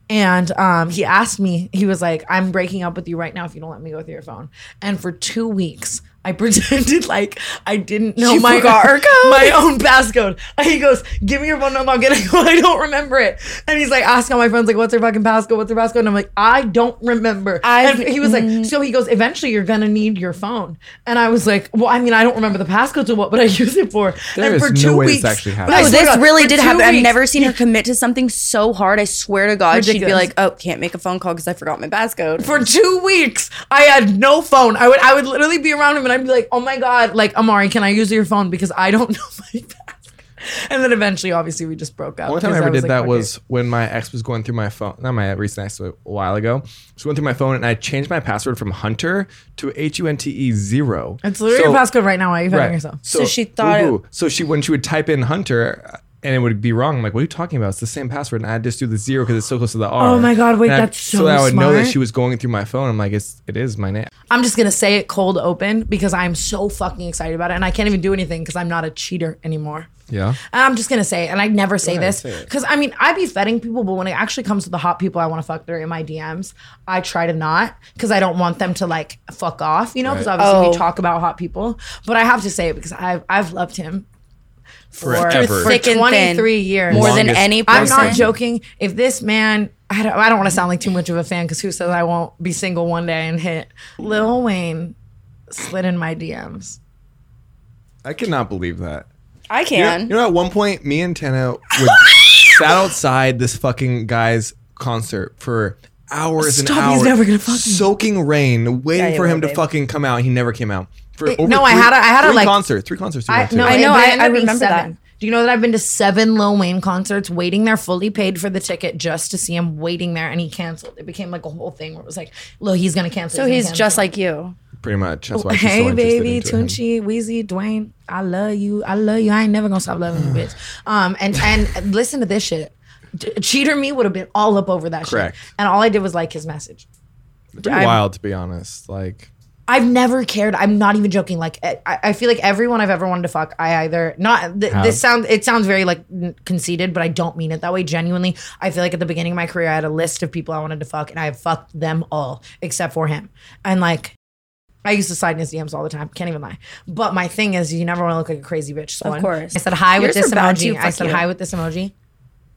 [SPEAKER 3] And um, he asked me, he was like, I'm breaking up with you right now if you don't let me go through your phone. And for two weeks, I pretended like I didn't know
[SPEAKER 8] She
[SPEAKER 3] my,
[SPEAKER 8] forgot her code.
[SPEAKER 3] my own passcode. And he goes, Give me your phone number. I'll get it. I don't remember it. And he's like, Asking my friends, like, What's her fucking passcode? What's her passcode? And I'm like, I don't remember.
[SPEAKER 8] I've-
[SPEAKER 3] and he was like, So he goes, Eventually you're going to need your phone. And I was like, Well, I mean, I don't remember the passcode, so what would I use it for?
[SPEAKER 9] There
[SPEAKER 3] and
[SPEAKER 9] is
[SPEAKER 3] for
[SPEAKER 9] no
[SPEAKER 3] two
[SPEAKER 9] way this
[SPEAKER 3] weeks.
[SPEAKER 9] actually happened.
[SPEAKER 3] I
[SPEAKER 8] No,
[SPEAKER 3] swear to
[SPEAKER 8] this
[SPEAKER 3] God,
[SPEAKER 8] really
[SPEAKER 3] for
[SPEAKER 8] did
[SPEAKER 3] two
[SPEAKER 8] happen. I've
[SPEAKER 3] weeks-
[SPEAKER 8] never seen her commit to something so hard. I swear to God, she'd be
[SPEAKER 3] Ridiculous.
[SPEAKER 8] like, "Oh, can't make a phone call because I forgot my passcode."
[SPEAKER 3] for two weeks i had no phone i would i would literally be around him and i'd be like oh my god like amari can i use your phone because i don't know my password and then eventually obviously we just broke up
[SPEAKER 9] One time I
[SPEAKER 3] because
[SPEAKER 9] ever did
[SPEAKER 3] like,
[SPEAKER 9] that
[SPEAKER 3] fuck
[SPEAKER 9] was when my ex was going through my phone. Not my recent ex, a while ago. She went through my phone and I changed my password from Hunter to H U N T E zero.
[SPEAKER 3] it. it's literally your passcode right now why are you finding
[SPEAKER 9] Right.
[SPEAKER 3] yourself
[SPEAKER 8] So she thought it-
[SPEAKER 9] Ooh. so she when she would type in Hunter uh, and it would be wrong. I'm like, what are you talking about? It's the same password, and I just do the zero because it's so close to the R.
[SPEAKER 3] Oh my God, wait,
[SPEAKER 9] And I-
[SPEAKER 3] that's so
[SPEAKER 9] so that I would know that
[SPEAKER 3] smart.
[SPEAKER 9] she was going through my phone. I'm like, it's it is my name.
[SPEAKER 3] i'm just gonna say it cold open because i'm so fucking excited about it and i can't even do anything because i'm not a cheater anymore
[SPEAKER 9] Yeah.
[SPEAKER 3] I'm just gonna say it, and I never say this
[SPEAKER 9] say it.
[SPEAKER 3] because I mean I be vetting people, but when it actually comes to the hot people I want to fuck, they're in my DMs. I try to not because I don't want them to like fuck off, you know. Because obviously we
[SPEAKER 8] Oh.
[SPEAKER 3] talk about hot people, but I have to say it because I've I've loved him for
[SPEAKER 9] Forever.
[SPEAKER 3] for
[SPEAKER 8] Thick and thin.
[SPEAKER 3] 23 years.
[SPEAKER 8] More
[SPEAKER 9] Longest
[SPEAKER 8] than any
[SPEAKER 3] I'm
[SPEAKER 8] person.
[SPEAKER 3] not joking. If this man I don't, I don't want to sound like too much of a fan because who says I won't be single one day and hit Lil Wayne slid in my DMs.
[SPEAKER 9] I cannot believe that.
[SPEAKER 8] I
[SPEAKER 9] You know-
[SPEAKER 8] can.
[SPEAKER 9] You know, at one point, me and Tana would sat outside this fucking guy's concert for hours and
[SPEAKER 3] Stop,
[SPEAKER 9] hours.
[SPEAKER 3] he's never gonna fuck me.
[SPEAKER 9] soaking rain, waiting
[SPEAKER 8] Yeah,
[SPEAKER 9] for
[SPEAKER 8] you
[SPEAKER 9] him
[SPEAKER 8] will,
[SPEAKER 9] to
[SPEAKER 8] babe.
[SPEAKER 9] fucking come out. He never came out. For
[SPEAKER 3] It- no, I had a- I had a,
[SPEAKER 9] three
[SPEAKER 3] like-
[SPEAKER 9] concert, three concerts. we
[SPEAKER 3] I
[SPEAKER 9] went to.
[SPEAKER 3] no,
[SPEAKER 8] I
[SPEAKER 3] I
[SPEAKER 8] know, I-
[SPEAKER 3] know. I,
[SPEAKER 8] I
[SPEAKER 3] remember
[SPEAKER 8] remember
[SPEAKER 3] seven.
[SPEAKER 8] that.
[SPEAKER 3] Do you know that I've been to seven Lil Wayne concerts, waiting there, fully paid for the ticket, just to see him waiting there, and he canceled. It became like a whole thing where it was like, "Lil, he's gonna cancel."
[SPEAKER 8] so
[SPEAKER 3] gonna
[SPEAKER 8] he's
[SPEAKER 3] cancel."
[SPEAKER 8] just like you.
[SPEAKER 9] pretty much. That's why she's so
[SPEAKER 3] Hey
[SPEAKER 9] interested
[SPEAKER 3] baby,
[SPEAKER 9] into him.
[SPEAKER 3] Tunchi, Weezy, Dwayne, I love you. I love you. I ain't never gonna stop loving you, bitch. Um, and and listen to this shit. D- Cheater me would have been all up over that
[SPEAKER 9] Correct.
[SPEAKER 3] shit. And all I did was like his message.
[SPEAKER 9] Pretty wild, to be honest. Like,
[SPEAKER 3] I've never cared. I'm not even joking. Like I, I feel like everyone I've ever wanted to fuck, I either not. Th-
[SPEAKER 9] Have.
[SPEAKER 3] this sounds it sounds very like n- conceited, but I don't mean it that way. Genuinely, I feel like at the beginning of my career, I had a list of people I wanted to fuck, and I have fucked them all except for him. And like, I used to slide in his DMs all the time. Can't even lie. But my thing is, you never want to look like a crazy bitch. So
[SPEAKER 8] Of
[SPEAKER 3] when
[SPEAKER 8] course.
[SPEAKER 3] I said hi with
[SPEAKER 8] You're
[SPEAKER 3] this
[SPEAKER 8] so bad, you
[SPEAKER 3] emoji. I
[SPEAKER 8] fuck
[SPEAKER 3] said
[SPEAKER 8] you.
[SPEAKER 3] hi with this emoji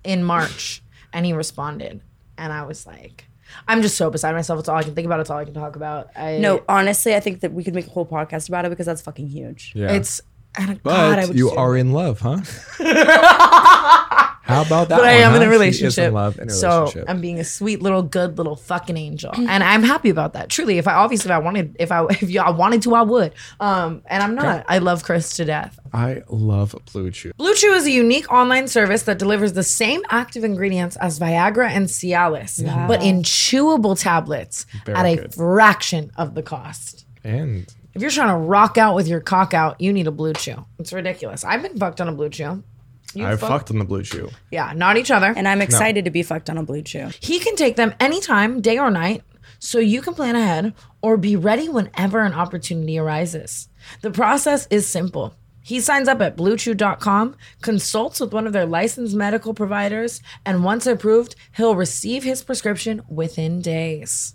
[SPEAKER 3] in March, and he responded, and I was like. I'm just so beside myself. It's all I can think about. It's all I can talk about. I,
[SPEAKER 8] No, honestly, I think that we could make a whole podcast about it because that's fucking huge.
[SPEAKER 9] yeah.
[SPEAKER 3] It's and God, I
[SPEAKER 9] but
[SPEAKER 3] would
[SPEAKER 9] you
[SPEAKER 3] sue.
[SPEAKER 9] are in love, huh? How about that?
[SPEAKER 3] But I
[SPEAKER 9] one,
[SPEAKER 3] am
[SPEAKER 9] huh?
[SPEAKER 3] in a
[SPEAKER 9] She is
[SPEAKER 3] relationship.
[SPEAKER 9] in love. In a
[SPEAKER 3] so
[SPEAKER 9] relationship.
[SPEAKER 3] I'm being a sweet little good little fucking angel, and I'm happy about that. Truly, if I obviously if I wanted if I if y'all wanted to, I would. Um, and I'm not. I love Chris to death.
[SPEAKER 9] I love Blue Chew.
[SPEAKER 3] Blue Chew is a unique online service that delivers the same active ingredients as Viagra and Cialis, but in chewable tablets
[SPEAKER 9] Very
[SPEAKER 3] at a
[SPEAKER 9] good.
[SPEAKER 3] fraction of the cost.
[SPEAKER 9] And
[SPEAKER 3] If you're trying to rock out with your cock out, you need a Blue Chew. It's ridiculous. I've been fucked on a Blue Chew. You
[SPEAKER 9] I fucked on the Blue Chew.
[SPEAKER 3] Yeah, not each other.
[SPEAKER 8] And I'm excited to be fucked on a blue chew.
[SPEAKER 3] He can take them anytime, day or night, so you can plan ahead or be ready whenever an opportunity arises. The process is simple. He signs up at bluechew.com, consults with one of their licensed medical providers, and once approved, he'll receive his prescription within days.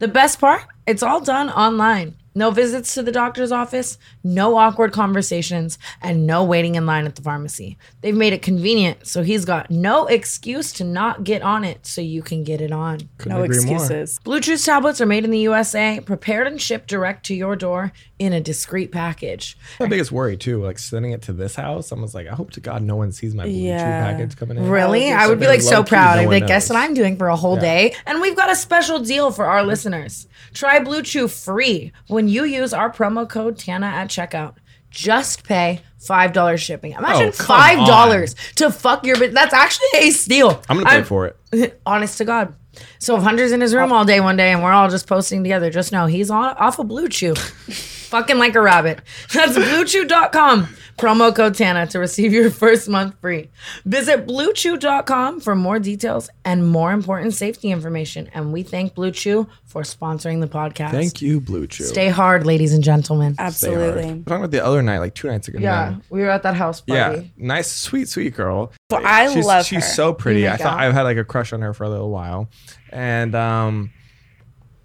[SPEAKER 3] The best part, it's all done online. No visits to the doctor's office, no awkward conversations, and no waiting in line at the pharmacy. They've made it convenient, so he's got no excuse to not get on it so you can get it on.
[SPEAKER 9] Couldn't
[SPEAKER 8] No
[SPEAKER 9] agree more.
[SPEAKER 8] excuses.
[SPEAKER 3] Blue Chews tablets are made in the USA, prepared and shipped direct to your door in a discreet package.
[SPEAKER 9] My biggest worry too, like sending it to this house, I was like, I hope to God no one sees my Blue
[SPEAKER 8] Yeah.
[SPEAKER 9] Chew package coming in.
[SPEAKER 3] Really? I would be
[SPEAKER 9] They're
[SPEAKER 3] like so
[SPEAKER 9] low-key,
[SPEAKER 3] proud.
[SPEAKER 9] no
[SPEAKER 3] I'd
[SPEAKER 9] one
[SPEAKER 3] be like, guess
[SPEAKER 9] knows.
[SPEAKER 3] what I'm doing for a whole day? And we've got a special deal for our listeners. Try Blue Chew free when you use our promo code TANA at checkout. Just pay $5 shipping. Imagine
[SPEAKER 9] Oh, come
[SPEAKER 3] $5 to fuck your bitch. That's actually a steal.
[SPEAKER 9] I'm gonna pay for it.
[SPEAKER 3] Honest to God. So if Hunter's in his room all day one day and we're all just posting together, just know he's on off a Blue Chew. fucking like a rabbit. That's bluechew.com. Promo code Tana to receive your first month free. Visit bluechew.com for more details and more important safety information. And we thank Blue Chew for sponsoring the podcast.
[SPEAKER 9] Thank you, Blue Chew.
[SPEAKER 3] Stay hard, ladies and gentlemen.
[SPEAKER 9] They are. I'm talking about the other night, like two nights ago.
[SPEAKER 3] Yeah,
[SPEAKER 9] now.
[SPEAKER 3] we were at that house party.
[SPEAKER 9] Yeah, nice, sweet, sweet girl.
[SPEAKER 8] But I
[SPEAKER 9] she's,
[SPEAKER 8] love
[SPEAKER 9] She's
[SPEAKER 8] her.
[SPEAKER 9] so
[SPEAKER 8] Oh
[SPEAKER 9] pretty.
[SPEAKER 3] You
[SPEAKER 9] I
[SPEAKER 3] make
[SPEAKER 9] thought
[SPEAKER 3] out.
[SPEAKER 9] I've had like a crush on her for a little while. And um,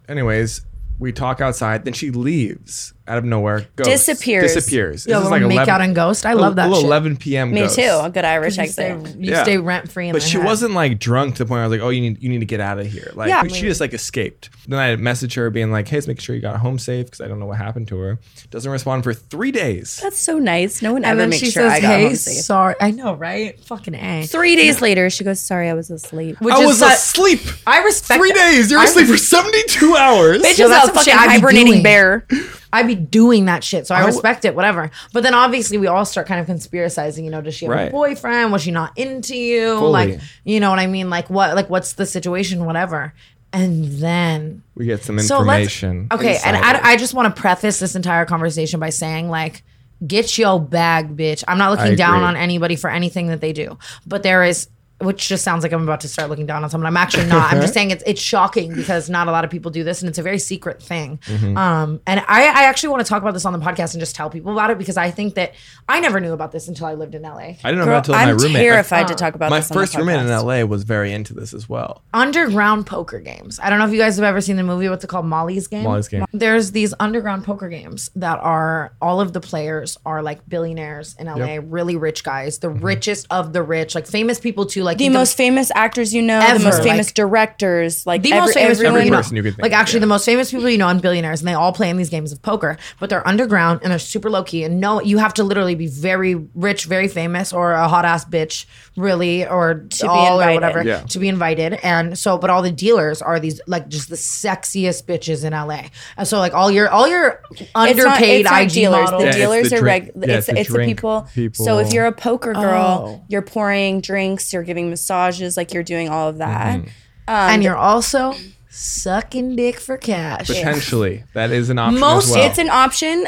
[SPEAKER 9] anyways, we talk outside. Then she leaves out of nowhere. Goes,
[SPEAKER 8] Disappears.
[SPEAKER 9] Disappears.
[SPEAKER 3] Yo,
[SPEAKER 9] This is
[SPEAKER 3] little make out and ghost. I love that
[SPEAKER 9] Little
[SPEAKER 3] shit.
[SPEAKER 9] 11 p.m.
[SPEAKER 8] Me
[SPEAKER 9] ghost.
[SPEAKER 8] too. A good Irish
[SPEAKER 3] You stay,
[SPEAKER 8] exit.
[SPEAKER 3] you
[SPEAKER 9] Yeah.
[SPEAKER 3] stay rent free in
[SPEAKER 9] But
[SPEAKER 3] my
[SPEAKER 9] she
[SPEAKER 3] head.
[SPEAKER 9] wasn't like drunk to the point where I was like, oh, you need you need to get out of here. Like
[SPEAKER 8] Yeah.
[SPEAKER 9] she just like escaped. Then I messaged her being like, hey, just make sure you got home safe because I don't know what happened to her. Doesn't respond for three days.
[SPEAKER 8] That's so nice. No one
[SPEAKER 3] And
[SPEAKER 8] ever
[SPEAKER 3] then
[SPEAKER 8] makes
[SPEAKER 3] she
[SPEAKER 8] sure
[SPEAKER 3] says,
[SPEAKER 8] I got
[SPEAKER 3] "Hey,
[SPEAKER 8] home safe.
[SPEAKER 3] sorry." I know, right? Fucking a.
[SPEAKER 8] Three days later, she goes, "Sorry, I was asleep."
[SPEAKER 3] Which
[SPEAKER 9] I was
[SPEAKER 3] su-
[SPEAKER 9] asleep.
[SPEAKER 3] I respect
[SPEAKER 9] Three
[SPEAKER 3] that.
[SPEAKER 9] days. You're
[SPEAKER 3] I-
[SPEAKER 9] asleep for 72 hours.
[SPEAKER 8] Bitch
[SPEAKER 3] Yo,
[SPEAKER 8] is
[SPEAKER 3] that's
[SPEAKER 8] a
[SPEAKER 3] some shit
[SPEAKER 8] fucking
[SPEAKER 3] I'd be doing.
[SPEAKER 8] hibernating bear.
[SPEAKER 3] I'd be doing that shit. So I,
[SPEAKER 9] w-
[SPEAKER 3] respect it, whatever. But then obviously we all start kind of conspiracizing, you know, does she have a
[SPEAKER 9] Right.
[SPEAKER 3] boyfriend? Was she not into you?
[SPEAKER 9] Fully.
[SPEAKER 3] Like, you know what I mean? Like what like what's the situation, whatever. And then
[SPEAKER 9] We get some
[SPEAKER 3] so let's
[SPEAKER 9] information.
[SPEAKER 3] Okay, and
[SPEAKER 9] insider.
[SPEAKER 3] I, I just want to preface this entire conversation by saying like get your bag, bitch. I'm not looking down
[SPEAKER 9] agree.
[SPEAKER 3] on anybody for anything that they do. But there is which just sounds like I'm about to start looking down on someone. I'm actually not. I'm just saying it's it's shocking because not a lot of people do this and it's a very secret thing.
[SPEAKER 8] Mm-hmm.
[SPEAKER 3] Um and I, I actually want to talk about this on the podcast and just tell people about it because I think that I never knew about this until I lived in LA.
[SPEAKER 9] I didn't know
[SPEAKER 8] Girl,
[SPEAKER 9] about it until my
[SPEAKER 8] I'm
[SPEAKER 9] roommate. my-
[SPEAKER 8] terrified to talk about
[SPEAKER 9] My
[SPEAKER 8] this on the
[SPEAKER 9] first roommate in
[SPEAKER 8] podcast.
[SPEAKER 9] LA was very into this as well.
[SPEAKER 3] underground poker games. I don't know if you guys have ever seen the movie. What's it called? Molly's Game.
[SPEAKER 9] Molly's Game.
[SPEAKER 3] There's these underground poker games that are all of the players are like billionaires in LA, really rich guys,
[SPEAKER 9] Mm-hmm.
[SPEAKER 3] the richest of the rich, like famous people too. Like
[SPEAKER 8] The
[SPEAKER 3] you can-
[SPEAKER 8] most famous actors you know,
[SPEAKER 3] Ever,
[SPEAKER 8] the most famous
[SPEAKER 3] like-
[SPEAKER 8] directors, like
[SPEAKER 3] the
[SPEAKER 8] every-
[SPEAKER 3] most famous
[SPEAKER 8] everyone
[SPEAKER 3] people you know,
[SPEAKER 9] person you could think
[SPEAKER 3] like
[SPEAKER 9] of,
[SPEAKER 3] actually
[SPEAKER 9] yeah.
[SPEAKER 3] the most famous people you know, and billionaires, and they all play in these games of poker, but they're underground and they're super low key. And no, you have to literally be very rich, very famous, or a hot ass bitch, really, or to
[SPEAKER 8] be
[SPEAKER 3] all or
[SPEAKER 8] invited.
[SPEAKER 3] whatever
[SPEAKER 9] Yeah.
[SPEAKER 3] to be invited. And so, but all the dealers are these like just the sexiest bitches in LA. And so, like all your all your
[SPEAKER 8] It's not-
[SPEAKER 3] underpaid
[SPEAKER 8] it's not,
[SPEAKER 3] IG
[SPEAKER 8] dealers.
[SPEAKER 3] models.
[SPEAKER 8] The
[SPEAKER 9] Yeah, it's
[SPEAKER 8] dealers
[SPEAKER 9] the
[SPEAKER 8] are
[SPEAKER 9] drink-
[SPEAKER 8] reg-
[SPEAKER 9] yeah,
[SPEAKER 8] it's,
[SPEAKER 9] it's the
[SPEAKER 8] it's the
[SPEAKER 9] drink
[SPEAKER 8] people.
[SPEAKER 9] people.
[SPEAKER 8] So if you're a poker girl,
[SPEAKER 3] Oh.
[SPEAKER 8] you're pouring drinks, you're giving massages, like you're doing all of that.
[SPEAKER 9] Mm-hmm.
[SPEAKER 3] and you're also sucking dick for cash.
[SPEAKER 9] Potentially, that is an option.
[SPEAKER 3] Most-
[SPEAKER 9] as well.
[SPEAKER 8] It's an option.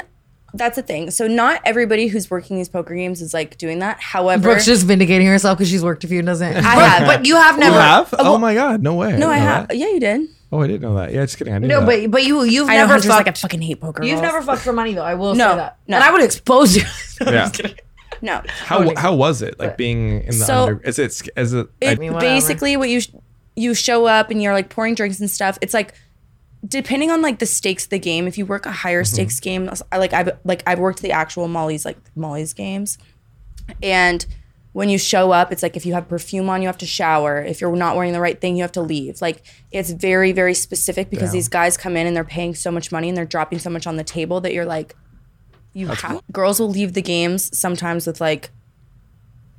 [SPEAKER 8] That's a thing. So not everybody who's working these poker games is like doing that. However,
[SPEAKER 3] Brooke's just vindicating herself because she's worked a few and doesn't. I
[SPEAKER 8] have.
[SPEAKER 3] but you have never.
[SPEAKER 9] You have? Oh my god, no way.
[SPEAKER 8] no, I
[SPEAKER 9] didn't know
[SPEAKER 8] have.
[SPEAKER 9] that.
[SPEAKER 8] Yeah, you did.
[SPEAKER 9] Oh, I didn't know that. Yeah, just kidding. I didn't
[SPEAKER 3] No,
[SPEAKER 9] know that.
[SPEAKER 3] but but you you've
[SPEAKER 8] I know
[SPEAKER 3] never
[SPEAKER 8] Hunter's
[SPEAKER 3] fucked.
[SPEAKER 8] like I fucking hate poker.
[SPEAKER 3] You've
[SPEAKER 8] girls."
[SPEAKER 3] never fucked for money though. I will
[SPEAKER 8] No,
[SPEAKER 3] say that.
[SPEAKER 8] no.
[SPEAKER 3] And I would expose you.
[SPEAKER 9] Yeah.
[SPEAKER 8] no.
[SPEAKER 3] Oh,
[SPEAKER 9] How how was it like being in the
[SPEAKER 8] So-
[SPEAKER 9] under? Is it sc- is it?
[SPEAKER 8] It,
[SPEAKER 9] I-
[SPEAKER 3] whatever.
[SPEAKER 8] basically, what you sh- you show up and you're like pouring drinks and stuff. It's like depending on like the stakes of the game. If you work a higher
[SPEAKER 9] Mm-hmm.
[SPEAKER 8] stakes game, I like I've like I've worked the actual Molly's like Molly's games, and when you show up, it's like if you have perfume on, you have to shower. If you're not wearing the right thing, you have to leave. Like it's very very specific because these guys come in and they're paying so much money and they're dropping so much on the table that you're like. You have, girls will leave the games sometimes with like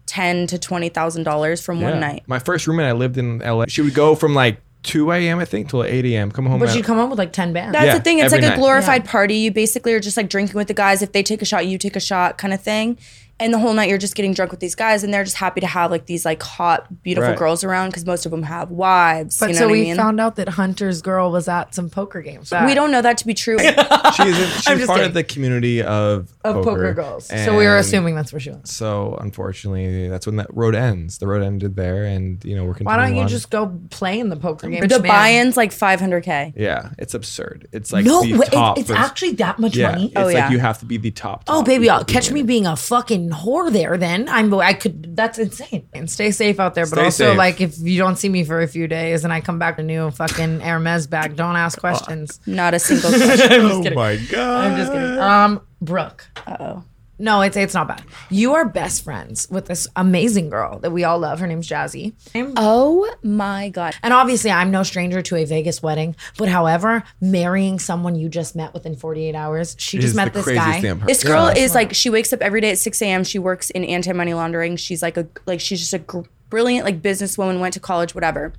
[SPEAKER 8] ten to twenty thousand dollars from
[SPEAKER 9] yeah.
[SPEAKER 8] one night.
[SPEAKER 9] My first roommate, I lived in LA. She would go from like 2 a.m. I think till 8 a.m. Come home.
[SPEAKER 3] But
[SPEAKER 9] at-
[SPEAKER 3] you come home with like ten bands.
[SPEAKER 8] That's
[SPEAKER 9] Yeah,
[SPEAKER 8] the thing. It's
[SPEAKER 9] every
[SPEAKER 8] like a
[SPEAKER 9] night.
[SPEAKER 8] glorified party. You basically are just like drinking with the guys. If they take a shot, you take a shot, kind of thing. And the whole night you're just getting drunk with these guys, and they're just happy to have like these like hot, beautiful
[SPEAKER 9] Right.
[SPEAKER 8] girls around because most of them have wives.
[SPEAKER 3] but
[SPEAKER 8] you know
[SPEAKER 3] so
[SPEAKER 8] what
[SPEAKER 3] we
[SPEAKER 8] I mean?
[SPEAKER 3] found out that Hunter's girl was at some poker games.
[SPEAKER 8] we don't know that to be true.
[SPEAKER 9] she is in- she's
[SPEAKER 3] just
[SPEAKER 9] part
[SPEAKER 3] kidding.
[SPEAKER 9] of the community of
[SPEAKER 3] of poker, girls. So we were
[SPEAKER 9] and
[SPEAKER 3] assuming that's where she was.
[SPEAKER 9] So unfortunately, that's when that road ends. The road ended there, and you know we're
[SPEAKER 3] Why
[SPEAKER 9] continuing.
[SPEAKER 3] don't you
[SPEAKER 9] on.
[SPEAKER 3] just go play in the poker games?
[SPEAKER 8] the
[SPEAKER 3] man?
[SPEAKER 8] buy-in's like 500k.
[SPEAKER 9] Yeah, it's absurd. It's like
[SPEAKER 3] No,
[SPEAKER 9] the
[SPEAKER 3] wait,
[SPEAKER 9] top.
[SPEAKER 3] it's
[SPEAKER 9] of-
[SPEAKER 3] actually that much
[SPEAKER 9] yeah.
[SPEAKER 3] money.
[SPEAKER 9] It's
[SPEAKER 8] Oh,
[SPEAKER 9] like
[SPEAKER 8] yeah.
[SPEAKER 9] you have to be the top.
[SPEAKER 3] Oh
[SPEAKER 9] top
[SPEAKER 3] baby,
[SPEAKER 9] people
[SPEAKER 3] I'll catch
[SPEAKER 9] doing
[SPEAKER 3] me
[SPEAKER 9] it.
[SPEAKER 3] being a fucking whore there. Then I'm. I could. That's insane. And stay safe out there. but
[SPEAKER 9] Stay
[SPEAKER 3] also,
[SPEAKER 9] safe.
[SPEAKER 3] like, if you don't see me for a few days and I come back with a new fucking Hermes bag, don't ask questions.
[SPEAKER 8] Not a single question.
[SPEAKER 9] Oh my god!
[SPEAKER 3] I'm just kidding. Um, Brooke. Uh oh. No, it's it's not bad. You are best friends with this amazing girl that we all love. Her name's Jazzy. Uh,
[SPEAKER 8] oh my god.
[SPEAKER 3] And obviously, I'm no stranger to a Vegas wedding. But however, marrying someone you just met within 48 hours, she
[SPEAKER 9] It
[SPEAKER 3] just
[SPEAKER 9] is
[SPEAKER 3] met
[SPEAKER 9] the
[SPEAKER 3] this
[SPEAKER 9] craziest
[SPEAKER 3] guy.
[SPEAKER 9] thing I've heard.
[SPEAKER 8] This girl
[SPEAKER 9] Yeah.
[SPEAKER 8] is like she wakes up every day at 6 a.m. She works in anti-money laundering. She's like a like she's just a gr- brilliant like businesswoman. Went to college, whatever.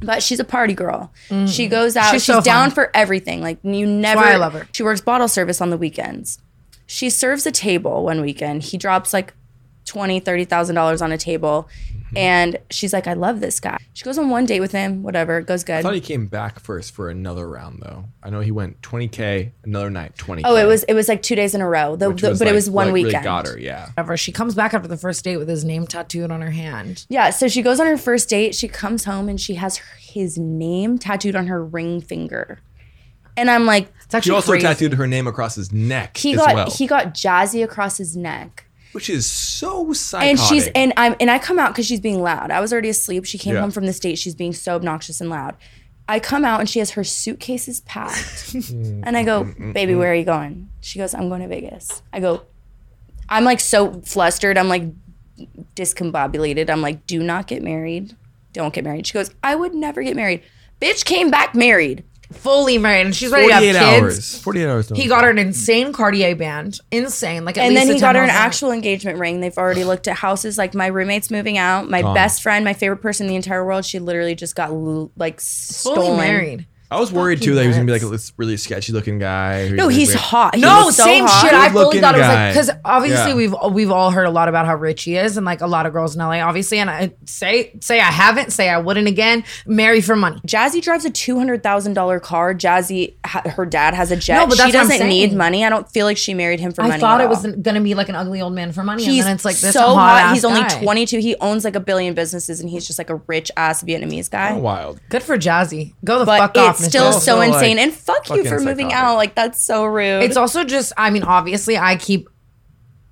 [SPEAKER 8] But she's a party girl. She goes out.
[SPEAKER 3] Mm. She's
[SPEAKER 8] She's,
[SPEAKER 3] so
[SPEAKER 8] down
[SPEAKER 3] fun.
[SPEAKER 8] for everything. Like you never.
[SPEAKER 3] why I love her.
[SPEAKER 8] She works bottle service on the weekends. She serves a table one weekend. He drops like twenty, thirty thousand dollars on a table. And she's like, I love this guy. She goes on one date with him, whatever, it goes
[SPEAKER 9] I
[SPEAKER 8] good.
[SPEAKER 9] thought he came back first for another round though. I know he went 20k another night 20.
[SPEAKER 8] Oh, it was it was like two days in a row. The, the- but it was one weekend.
[SPEAKER 9] Really got her, yeah.
[SPEAKER 3] However, she comes back after the first date with his name tattooed on her hand.
[SPEAKER 8] Yeah, so she goes on her first date. She comes home and she has her, his name tattooed on her ring finger. And I'm like,
[SPEAKER 3] It's actually
[SPEAKER 9] She also
[SPEAKER 3] crazy.
[SPEAKER 9] tattooed her name across his neck
[SPEAKER 8] he
[SPEAKER 9] as
[SPEAKER 8] got
[SPEAKER 9] well,
[SPEAKER 8] he got Jazzy across his neck.
[SPEAKER 9] which is so psychotic.
[SPEAKER 8] And she's and I'm and I come out because she's being loud. I was already asleep. She came
[SPEAKER 9] Yeah.
[SPEAKER 8] home from the state. She's being so obnoxious and loud. I come out and she has her suitcases packed. and I go, "Baby, where are you going?" She goes, "I'm going to Vegas." I go, I'm like so flustered. I'm like discombobulated. I'm like, "Do not get married. Don't get married." She goes, "I would never get married." Bitch came back married.
[SPEAKER 3] fully married, and she's ready to
[SPEAKER 9] 48
[SPEAKER 3] have kids.
[SPEAKER 9] hours. 48 hours.
[SPEAKER 3] He got her an insane Cartier band, insane. Like, at
[SPEAKER 8] and
[SPEAKER 3] least
[SPEAKER 8] then
[SPEAKER 3] a
[SPEAKER 8] he got her an
[SPEAKER 3] 10,000.
[SPEAKER 8] actual engagement ring. They've already looked at houses. Like my roommate's moving out. My
[SPEAKER 9] Gone.
[SPEAKER 8] best friend, my favorite person in the entire world, she literally just got l- like
[SPEAKER 3] fully
[SPEAKER 8] stolen.
[SPEAKER 3] married.
[SPEAKER 9] I was worried too that he was gonna be like
[SPEAKER 3] nuts.
[SPEAKER 9] this really sketchy looking guy. who's
[SPEAKER 8] No,
[SPEAKER 9] like
[SPEAKER 8] he's
[SPEAKER 9] weird.
[SPEAKER 8] hot. He
[SPEAKER 3] No,
[SPEAKER 8] was so
[SPEAKER 3] same
[SPEAKER 8] hot.
[SPEAKER 3] shit. I fully
[SPEAKER 9] Good-looking
[SPEAKER 3] thought it was like
[SPEAKER 9] guy.
[SPEAKER 3] because obviously
[SPEAKER 9] Yeah.
[SPEAKER 3] we've we've all heard a lot about how rich he is, and like a lot of girls in LA, obviously. And I say say I haven't, say I wouldn't again. Marry for money.
[SPEAKER 8] Jazzy drives a two hundred thousand dollar car. Jazzy, ha- her dad has a jet.
[SPEAKER 3] No, but
[SPEAKER 8] she
[SPEAKER 3] that's what I'm
[SPEAKER 8] doesn't need
[SPEAKER 3] saying.
[SPEAKER 8] money. I don't feel like she married him for money.
[SPEAKER 3] I thought
[SPEAKER 8] at
[SPEAKER 3] it was
[SPEAKER 8] all.
[SPEAKER 3] gonna be like an ugly old man for money,
[SPEAKER 8] He's
[SPEAKER 3] and then it's like this
[SPEAKER 8] so hot.
[SPEAKER 3] ass
[SPEAKER 8] He's only
[SPEAKER 3] guy.
[SPEAKER 8] twenty two. He owns like a billion businesses, and he's just like a rich ass Vietnamese guy.
[SPEAKER 9] Kinda wild.
[SPEAKER 3] Good for Jazzy. Go the
[SPEAKER 8] but
[SPEAKER 3] Oh, fuck off.
[SPEAKER 8] it's
[SPEAKER 3] Miss
[SPEAKER 8] still
[SPEAKER 3] Wilson.
[SPEAKER 8] so
[SPEAKER 9] Also, like,
[SPEAKER 8] insane. and fuck you
[SPEAKER 9] fucking
[SPEAKER 8] for moving
[SPEAKER 9] psychotic.
[SPEAKER 8] out. Like that's so rude.
[SPEAKER 3] It's also just, I mean, obviously, I keep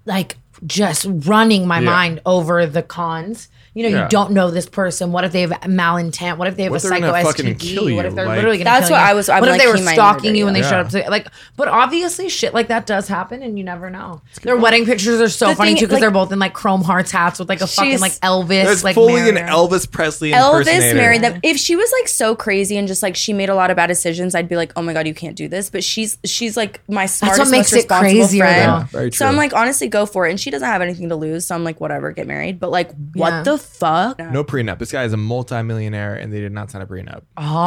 [SPEAKER 3] like just running my
[SPEAKER 9] Yeah.
[SPEAKER 3] mind over the cons. You know,
[SPEAKER 9] Yeah.
[SPEAKER 3] you don't know this person. What if they have malintent? What if they have
[SPEAKER 9] What
[SPEAKER 3] a
[SPEAKER 9] if they're
[SPEAKER 3] psycho
[SPEAKER 9] gonna fucking kill
[SPEAKER 3] STD? What
[SPEAKER 9] you?
[SPEAKER 3] if they're
[SPEAKER 9] Like-
[SPEAKER 3] literally going to
[SPEAKER 8] That's what I was- I'm
[SPEAKER 3] What if
[SPEAKER 8] like,
[SPEAKER 3] they were
[SPEAKER 8] he might
[SPEAKER 3] stalking
[SPEAKER 8] murder
[SPEAKER 3] you and they
[SPEAKER 8] you.
[SPEAKER 3] showed up to like? But obviously, shit like that does happen, and you never know. Their wedding pictures are so
[SPEAKER 8] The
[SPEAKER 3] funny
[SPEAKER 8] thing-
[SPEAKER 3] too because
[SPEAKER 8] like-
[SPEAKER 3] they're both in like chrome hearts hats with like a fucking
[SPEAKER 8] She's-
[SPEAKER 3] like Elvis
[SPEAKER 9] That's
[SPEAKER 3] like
[SPEAKER 9] fully an
[SPEAKER 3] marrier.
[SPEAKER 9] Elvis Presley
[SPEAKER 8] Elvis
[SPEAKER 9] impersonator.
[SPEAKER 8] married them. If she was like so crazy and just like she made a lot of bad decisions, I'd be like, oh my god, you can't do this. But she's she's like my smartest,
[SPEAKER 3] what
[SPEAKER 8] most
[SPEAKER 3] makes it
[SPEAKER 8] responsible
[SPEAKER 3] crazier, though.
[SPEAKER 8] friend.
[SPEAKER 3] Yeah,
[SPEAKER 9] very
[SPEAKER 8] so I'm
[SPEAKER 9] true.
[SPEAKER 8] like, honestly, go for it. And she doesn't have anything to lose, so I'm like, whatever, get married. But like, what
[SPEAKER 3] Yeah.
[SPEAKER 8] the fuck?
[SPEAKER 9] No prenup. This guy is a multimillionaire, and they did not sign a prenup.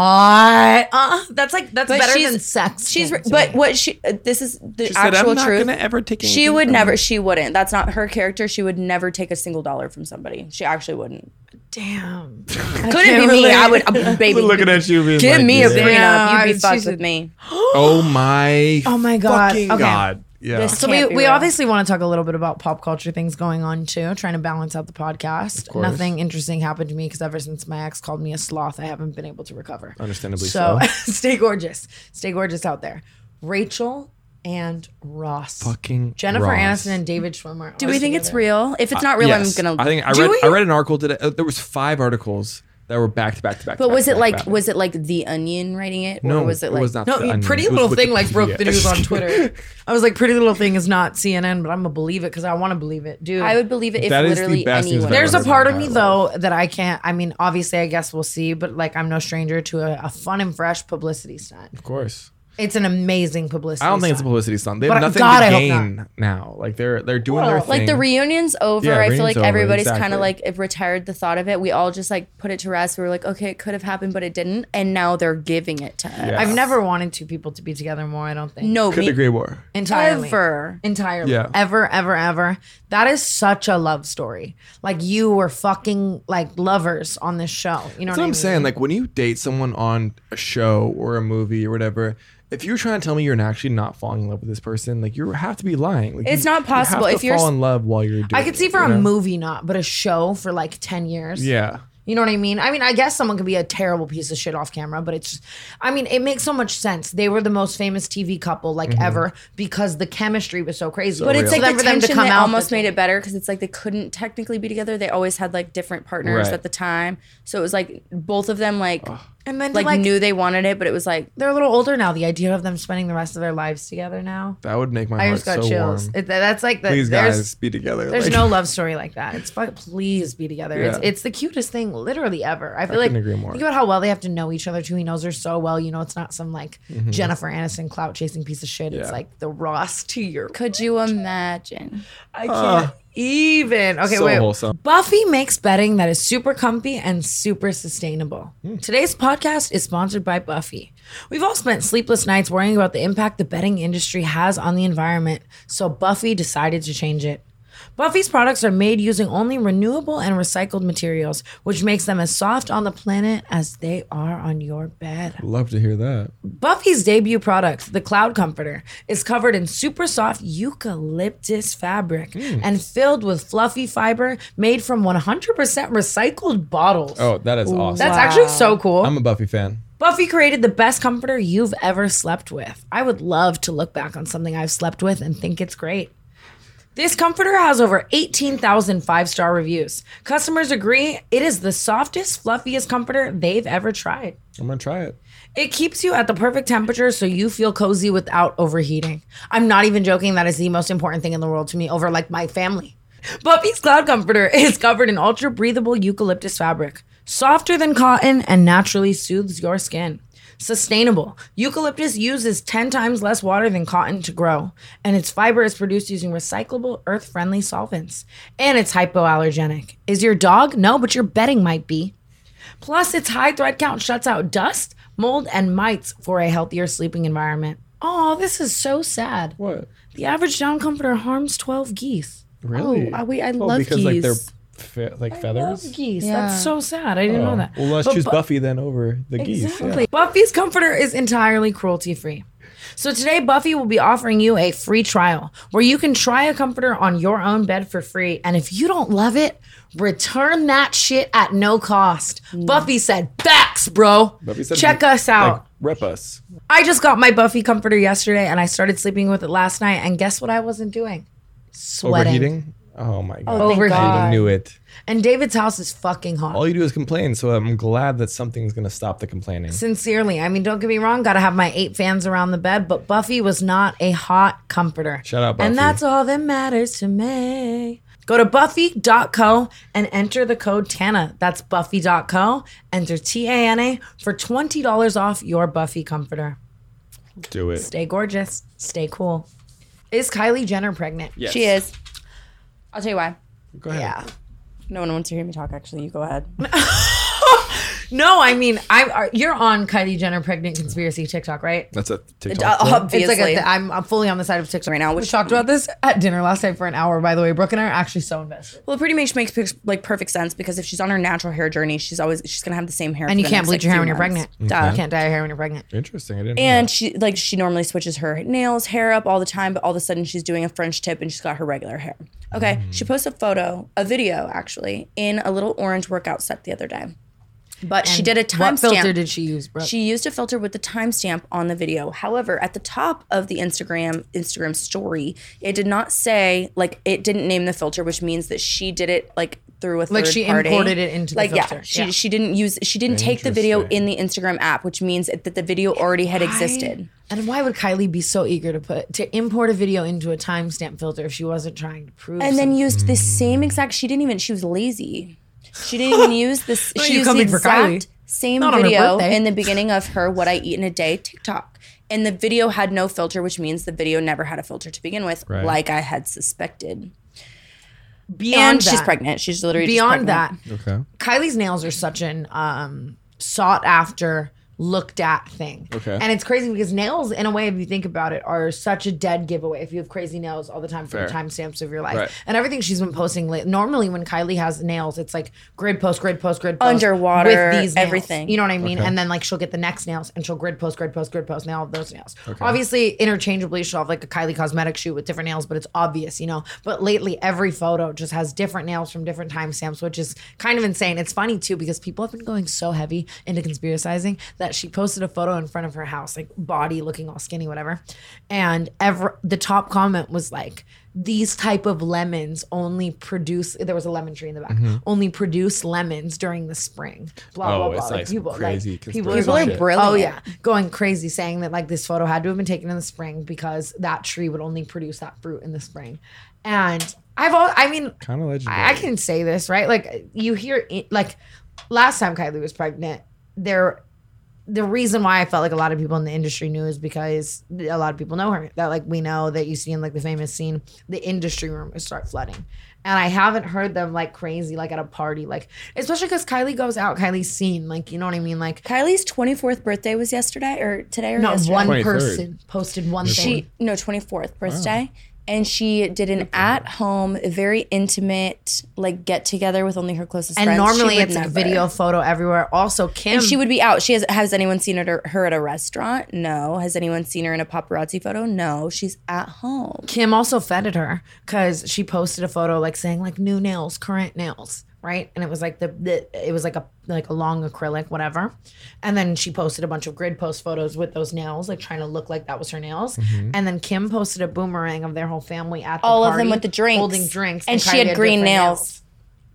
[SPEAKER 3] Hot. Uh, that's like that's
[SPEAKER 8] But
[SPEAKER 3] better
[SPEAKER 8] she's-
[SPEAKER 3] than sex.
[SPEAKER 8] She's
[SPEAKER 3] to
[SPEAKER 8] but
[SPEAKER 3] me.
[SPEAKER 8] what she uh, this is the
[SPEAKER 9] She said,
[SPEAKER 8] actual
[SPEAKER 9] "I'm not
[SPEAKER 8] truth.
[SPEAKER 9] gonna ever take
[SPEAKER 8] she
[SPEAKER 9] anything
[SPEAKER 8] would
[SPEAKER 9] from
[SPEAKER 8] never.
[SPEAKER 9] you."
[SPEAKER 8] She wouldn't. That's not her character. She would never take a single dollar from somebody. She actually wouldn't.
[SPEAKER 3] damn.
[SPEAKER 8] Couldn't be me. I would, uh, baby.
[SPEAKER 9] Looking at you, being
[SPEAKER 8] give
[SPEAKER 9] like,
[SPEAKER 8] me a
[SPEAKER 9] yeah.
[SPEAKER 8] prenup.
[SPEAKER 3] Yeah,
[SPEAKER 8] You'd be
[SPEAKER 3] she's
[SPEAKER 8] fucked
[SPEAKER 3] a-
[SPEAKER 8] with me.
[SPEAKER 9] Oh my.
[SPEAKER 3] Oh my God.
[SPEAKER 9] Fucking
[SPEAKER 3] Okay.
[SPEAKER 9] god. Yeah.
[SPEAKER 8] This-
[SPEAKER 3] So we,
[SPEAKER 8] Can't be
[SPEAKER 3] we
[SPEAKER 8] real.
[SPEAKER 3] obviously want to talk a little bit about pop culture things going on too, trying to balance out the podcast.
[SPEAKER 9] course.
[SPEAKER 3] Nothing interesting happened to me because ever since my ex called me a sloth, I haven't been able to recover.
[SPEAKER 9] Understandably
[SPEAKER 3] So
[SPEAKER 9] so.
[SPEAKER 3] stay gorgeous, stay gorgeous out there. Rachel and Ross,
[SPEAKER 9] Fucking
[SPEAKER 3] Jennifer
[SPEAKER 9] Ross.
[SPEAKER 3] Aniston and David Schwimmer.
[SPEAKER 8] Do we think it's real? If it's not real,
[SPEAKER 9] Yes.
[SPEAKER 8] I'm gonna.
[SPEAKER 9] I think I
[SPEAKER 3] Do
[SPEAKER 9] read.
[SPEAKER 3] we?
[SPEAKER 9] I read an article today. Uh, there was five articles that were back to back to back. to
[SPEAKER 8] But
[SPEAKER 9] back
[SPEAKER 8] was
[SPEAKER 9] to
[SPEAKER 8] it
[SPEAKER 9] back
[SPEAKER 8] like
[SPEAKER 9] to back.
[SPEAKER 8] was it like the Onion writing it, or
[SPEAKER 9] No,
[SPEAKER 8] was it like
[SPEAKER 9] was not
[SPEAKER 3] No,
[SPEAKER 9] The Onion.
[SPEAKER 3] Pretty
[SPEAKER 9] It was
[SPEAKER 3] Little Thing like
[SPEAKER 9] Wikipedia.
[SPEAKER 3] broke the news on Twitter. I was like, Pretty Little Thing is not CNN, but I'm gonna believe it because I want to believe it, dude.
[SPEAKER 8] I would believe it if
[SPEAKER 9] That is the
[SPEAKER 8] literally
[SPEAKER 9] best news
[SPEAKER 8] anyone.
[SPEAKER 9] I've
[SPEAKER 3] There's a
[SPEAKER 9] ever heard
[SPEAKER 3] part
[SPEAKER 9] in
[SPEAKER 3] of
[SPEAKER 9] my
[SPEAKER 3] me
[SPEAKER 9] life.
[SPEAKER 3] though that I can't. I mean, obviously, I guess we'll see, but like, I'm no stranger to a, a fun and fresh publicity stunt.
[SPEAKER 9] Of course.
[SPEAKER 3] It's an amazing publicity.
[SPEAKER 9] I don't think it's a
[SPEAKER 3] stunt.
[SPEAKER 9] publicity stunt. They
[SPEAKER 3] But
[SPEAKER 9] have
[SPEAKER 3] I-
[SPEAKER 9] nothing
[SPEAKER 3] God, I
[SPEAKER 9] to
[SPEAKER 3] hope
[SPEAKER 9] gain now. Like they're they're doing their thing.
[SPEAKER 8] like the reunion's over.
[SPEAKER 9] Yeah,
[SPEAKER 8] I feel like
[SPEAKER 9] reunion's over,
[SPEAKER 8] everybody's
[SPEAKER 9] exactly.
[SPEAKER 8] kind of like if retired the thought of it. We all just like put it to rest. We were like, okay, it could have happened, but it didn't, and now they're giving it to us.
[SPEAKER 9] Yeah.
[SPEAKER 3] I've never wanted two people to be together more. I don't think.
[SPEAKER 8] No,
[SPEAKER 9] Could
[SPEAKER 8] me
[SPEAKER 9] agree more.
[SPEAKER 3] entirely.
[SPEAKER 8] ever.
[SPEAKER 3] Entirely.
[SPEAKER 9] Yeah.
[SPEAKER 3] Ever, ever, ever. That is such a love story. Like you were fucking like lovers on this show. You know
[SPEAKER 9] That's
[SPEAKER 3] what
[SPEAKER 9] what
[SPEAKER 3] I
[SPEAKER 9] I'm
[SPEAKER 3] mean?
[SPEAKER 9] saying. Like when you date someone on a show or a movie or whatever, if you're trying to tell me you're actually not falling in love with this person, like you have to be lying. Like,
[SPEAKER 8] It's
[SPEAKER 9] you-
[SPEAKER 8] not
[SPEAKER 9] you have
[SPEAKER 8] possible.
[SPEAKER 9] to
[SPEAKER 8] If you're
[SPEAKER 9] fall
[SPEAKER 8] s-
[SPEAKER 9] in love while you're doing,
[SPEAKER 3] I could see
[SPEAKER 9] it,
[SPEAKER 3] for
[SPEAKER 9] you
[SPEAKER 3] a
[SPEAKER 9] know?
[SPEAKER 3] movie, not, but a show for like 10 years.
[SPEAKER 9] Yeah.
[SPEAKER 3] You know what I mean? I mean, I guess someone could be a terrible piece of shit off camera, but it's just, I mean, it makes so much sense. They were the most famous TV couple like ever because the chemistry was so crazy.
[SPEAKER 8] Mm-hmm. But it's
[SPEAKER 3] So
[SPEAKER 8] like
[SPEAKER 3] then
[SPEAKER 8] the tension that almost
[SPEAKER 3] with
[SPEAKER 8] made it better because it's like they couldn't technically be together. They always had like different partners
[SPEAKER 9] Right.
[SPEAKER 8] at the time, so it was like both of them like
[SPEAKER 3] And then to,
[SPEAKER 8] like,
[SPEAKER 3] like
[SPEAKER 8] knew they wanted it, but it was like
[SPEAKER 3] they're a little older now. The idea of them spending the rest of their lives together
[SPEAKER 8] Oh,
[SPEAKER 3] now.
[SPEAKER 9] That would make my
[SPEAKER 3] I
[SPEAKER 9] heart
[SPEAKER 3] just got
[SPEAKER 9] so
[SPEAKER 3] chills.
[SPEAKER 9] warm.
[SPEAKER 3] It, that's like the,
[SPEAKER 9] Please,
[SPEAKER 3] there's-
[SPEAKER 9] guys, be together.
[SPEAKER 3] There's
[SPEAKER 9] like,
[SPEAKER 3] no love story like that. It's fuck. Please be together. It's
[SPEAKER 9] Yeah.
[SPEAKER 3] it's the cutest thing, literally ever. I feel like
[SPEAKER 9] couldn't agree more.
[SPEAKER 3] think about how well they have to know each other too. He knows her so well. You know, it's not some like Jennifer Aniston clout chasing piece of shit. It's
[SPEAKER 9] Yeah.
[SPEAKER 3] like the Ross to your.
[SPEAKER 8] Could you imagine?
[SPEAKER 3] I can't even. Okay,
[SPEAKER 9] so
[SPEAKER 3] wait.
[SPEAKER 9] wholesome.
[SPEAKER 3] Buffy makes betting that is super comfy and super sustainable.
[SPEAKER 9] Hmm.
[SPEAKER 3] Today's podcast is sponsored by Buffy. We've all spent sleepless nights worrying about the impact the betting industry has on the environment, so Buffy decided to change it. Buffy's products are made using only renewable and recycled materials, which makes them as soft on the planet as they are on your bed.
[SPEAKER 9] Love to hear that.
[SPEAKER 3] Buffy's debut product, the Cloud Comforter, is covered in super soft eucalyptus fabric
[SPEAKER 9] Mm.
[SPEAKER 3] and filled with fluffy fiber made from 100% recycled bottles.
[SPEAKER 9] Oh, that is awesome.
[SPEAKER 3] That's actually so cool.
[SPEAKER 9] I'm a Buffy fan.
[SPEAKER 3] Buffy created the best comforter you've ever slept with. I would love to look back on something I've slept with and think it's great. This comforter has over 18,000 five star reviews. Customers agree it is the softest, fluffiest comforter they've ever tried.
[SPEAKER 9] I'm gonna try it.
[SPEAKER 3] It keeps you at the perfect temperature so you feel cozy without overheating. I'm not even joking, that is the most important thing in the world to me over like my family. Buffy's Cloud Comforter is covered in ultra breathable eucalyptus fabric, softer than cotton and naturally soothes your skin. Sustainable. Eucalyptus uses 10 times less water than cotton to grow, and its fiber is produced using recyclable, earth friendly solvents. And it's hypoallergenic. Is your dog? No, but your bedding might be. Plus, its high thread count shuts out dust, mold, and mites for a healthier sleeping environment. Oh, this is so sad.
[SPEAKER 9] What?
[SPEAKER 3] The average down comforter harms 12 geese.
[SPEAKER 9] Really?
[SPEAKER 8] Oh, we- I love
[SPEAKER 9] because like they're
[SPEAKER 8] geese.
[SPEAKER 9] fe- like feathers.
[SPEAKER 3] Geese.
[SPEAKER 8] Yeah.
[SPEAKER 3] That's so sad. I didn't know
[SPEAKER 9] Oh.
[SPEAKER 3] that.
[SPEAKER 9] Well, let's
[SPEAKER 3] But
[SPEAKER 9] choose
[SPEAKER 3] Bu-
[SPEAKER 9] Buffy then over the geese. Yeah.
[SPEAKER 3] Exactly. Buffy's comforter is entirely cruelty free. So today, Buffy will be offering you a free trial where you can try a comforter on your own bed for free. And if you don't love it, return that shit at no cost. Buffy said, Facts, bro.
[SPEAKER 9] Buffy said,
[SPEAKER 3] Check
[SPEAKER 9] like,
[SPEAKER 3] us out.
[SPEAKER 9] Rep us.
[SPEAKER 3] I just got my Buffy comforter yesterday and I started sleeping with it last night. And guess what I wasn't doing? Sweating.
[SPEAKER 9] Overheating. Oh my god.
[SPEAKER 3] thank Overheating.
[SPEAKER 9] I
[SPEAKER 3] God.
[SPEAKER 9] knew it.
[SPEAKER 3] And David's house is fucking hot.
[SPEAKER 9] All you do is complain, so I'm glad that something's gonna stop the complaining.
[SPEAKER 3] Sincerely, I mean, don't get me wrong, gotta have my eight fans around the bed, but Buffy was not a hot comforter.
[SPEAKER 9] Shout out, Buffy.
[SPEAKER 3] And that's all that matters to me. Go to buffy.co and enter the code TANA. That's buffy.co. Enter T A N A for $20 off your Buffy comforter.
[SPEAKER 9] Do it.
[SPEAKER 3] Stay gorgeous, stay cool. Is Kylie Jenner pregnant?
[SPEAKER 9] Yes.
[SPEAKER 8] She is. I'll tell you why.
[SPEAKER 9] Go ahead.
[SPEAKER 3] Yeah.
[SPEAKER 8] No one wants to hear me talk. Actually, you go ahead.
[SPEAKER 3] No, I mean, I are, you're on Kylie Jenner pregnant conspiracy TikTok, right?
[SPEAKER 9] That's a TikTok. clip.
[SPEAKER 8] Obviously,
[SPEAKER 3] It's like a th- I'm, I'm fully on the side of TikTok
[SPEAKER 8] Right now,
[SPEAKER 3] Uh, We
[SPEAKER 8] which-
[SPEAKER 3] talked about this at dinner last night for an hour. By the way, Brooke and I are actually so invested,
[SPEAKER 8] well, it pretty much makes pic- like perfect sense because if she's on her natural hair journey, she's always she's gonna have the same hair.
[SPEAKER 3] and
[SPEAKER 8] for
[SPEAKER 3] you
[SPEAKER 8] the
[SPEAKER 3] can't
[SPEAKER 8] next,
[SPEAKER 3] bleach
[SPEAKER 8] like,
[SPEAKER 3] your hair
[SPEAKER 8] few
[SPEAKER 3] when you're
[SPEAKER 8] months.
[SPEAKER 3] pregnant. You can't dye your hair when you're pregnant.
[SPEAKER 9] Interesting. I didn't. know
[SPEAKER 8] And
[SPEAKER 9] that.
[SPEAKER 8] she like she normally switches her nails, hair up all the time, but all of a sudden she's doing a French tip and she's got her regular hair. Okay, she posted a photo, a video actually, in a little orange workout set the other day. But she did a
[SPEAKER 3] What filter
[SPEAKER 8] timestamp.
[SPEAKER 3] did she use, bro?
[SPEAKER 8] She used a filter with the timestamp on the video. However, at the top of the Instagram Instagram story, it did not say like it didn't name the filter, which means that she did it like through a third
[SPEAKER 3] Like, she
[SPEAKER 8] party.
[SPEAKER 3] imported it into the
[SPEAKER 8] like yeah,
[SPEAKER 3] filter.
[SPEAKER 8] she
[SPEAKER 3] Yeah.
[SPEAKER 8] she didn't use she didn't take the video in the Instagram app, which means that the video already had existed.
[SPEAKER 3] and why would Kylie be so eager to put to import a video into a timestamp filter if she wasn't trying to prove?
[SPEAKER 8] and then used the same exact. She didn't even. She was lazy. She didn't even use this.
[SPEAKER 3] No,
[SPEAKER 8] she
[SPEAKER 3] you
[SPEAKER 8] used
[SPEAKER 3] coming
[SPEAKER 8] the
[SPEAKER 3] for Kylie.
[SPEAKER 8] exact same
[SPEAKER 3] Not on her
[SPEAKER 8] video
[SPEAKER 3] birthday.
[SPEAKER 8] in the beginning of her "What I Eat in a Day" TikTok, and the video had no filter, which means the video never had a filter to begin with,
[SPEAKER 9] Right.
[SPEAKER 8] like I had suspected.
[SPEAKER 3] something? beyond
[SPEAKER 8] And she's
[SPEAKER 3] that-
[SPEAKER 8] pregnant. She's literally just
[SPEAKER 3] Beyond that,
[SPEAKER 8] pregnant.
[SPEAKER 9] okay.
[SPEAKER 3] Kylie's nails are such an um, sought after, looked at thing.
[SPEAKER 9] Okay.
[SPEAKER 3] And it's crazy because nails, in a way, if you think about it, are such a dead giveaway. If you have crazy nails all the time for the
[SPEAKER 9] Fair.
[SPEAKER 3] timestamps of your life
[SPEAKER 9] Right.
[SPEAKER 3] and everything she's been posting late. Normally, when Kylie has nails, it's like grid post, grid post, grid post
[SPEAKER 8] Underwater,
[SPEAKER 3] nails.
[SPEAKER 8] everything.
[SPEAKER 3] You know what I mean? And then like she'll get the next nails and she'll grid post, grid post, grid post, nail of those nails. Obviously, interchangeably, she'll have like a Kylie cosmetic shoot with different nails, but it's obvious, you know. But lately, every photo just has different nails from different timestamps, which is kind of insane. It's funny too because people have been going so heavy into conspiracizing that she posted a photo in front of her house, like body looking all skinny, whatever. And every the top comment was like these type of lemons only produce there was a lemon tree in the back only produce lemons during the spring blah
[SPEAKER 9] Oh,
[SPEAKER 3] blah blah
[SPEAKER 9] it's like some crazy
[SPEAKER 3] people,
[SPEAKER 9] conspiracy
[SPEAKER 3] going-
[SPEAKER 9] People are
[SPEAKER 8] brilliant.
[SPEAKER 3] oh yeah going crazy saying that like this photo had to have been taken in the spring because that tree would only produce that fruit in the spring and i've all i mean
[SPEAKER 9] Kind of legendary.
[SPEAKER 3] I, I can say this, right? Like you hear, it- like last time Kylie was pregnant, there, the reason why I felt like a lot of people in the industry knew is because a lot of people know her. That like we know that you see in like the famous scene, the industry rumors start flooding, and I haven't heard them like crazy, like at a party, like especially because Kylie goes out, Kylie's seen, like you know what I mean, like
[SPEAKER 8] Kylie's twenty fourth birthday was yesterday or today or
[SPEAKER 3] not
[SPEAKER 8] yesterday.
[SPEAKER 3] one
[SPEAKER 9] 23rd.
[SPEAKER 3] person posted one thing.
[SPEAKER 8] She no twenty fourth birthday, and she did an at-home, very intimate like get together with only her closest
[SPEAKER 3] And
[SPEAKER 8] friends. She
[SPEAKER 3] normally
[SPEAKER 8] would
[SPEAKER 3] it's like
[SPEAKER 8] never.
[SPEAKER 3] video, photo everywhere. Also, Kim.
[SPEAKER 9] Um,
[SPEAKER 8] And she would be out. She has. Has anyone seen her, her at a restaurant? No. Has anyone seen her in a paparazzi photo? No. She's at home.
[SPEAKER 3] Kim also feted her because she posted a photo like saying like new nails, current nails, right? And it was like the, the it was like a like a long acrylic, whatever. And then she posted a bunch of grid post photos with those nails, like trying to look like that was her nails. And then Kim posted a boomerang of their whole family at the
[SPEAKER 8] All of them
[SPEAKER 3] party,
[SPEAKER 8] with the drinks,
[SPEAKER 3] holding drinks,
[SPEAKER 8] and, she
[SPEAKER 3] Kylie
[SPEAKER 8] had green
[SPEAKER 3] different
[SPEAKER 8] nails.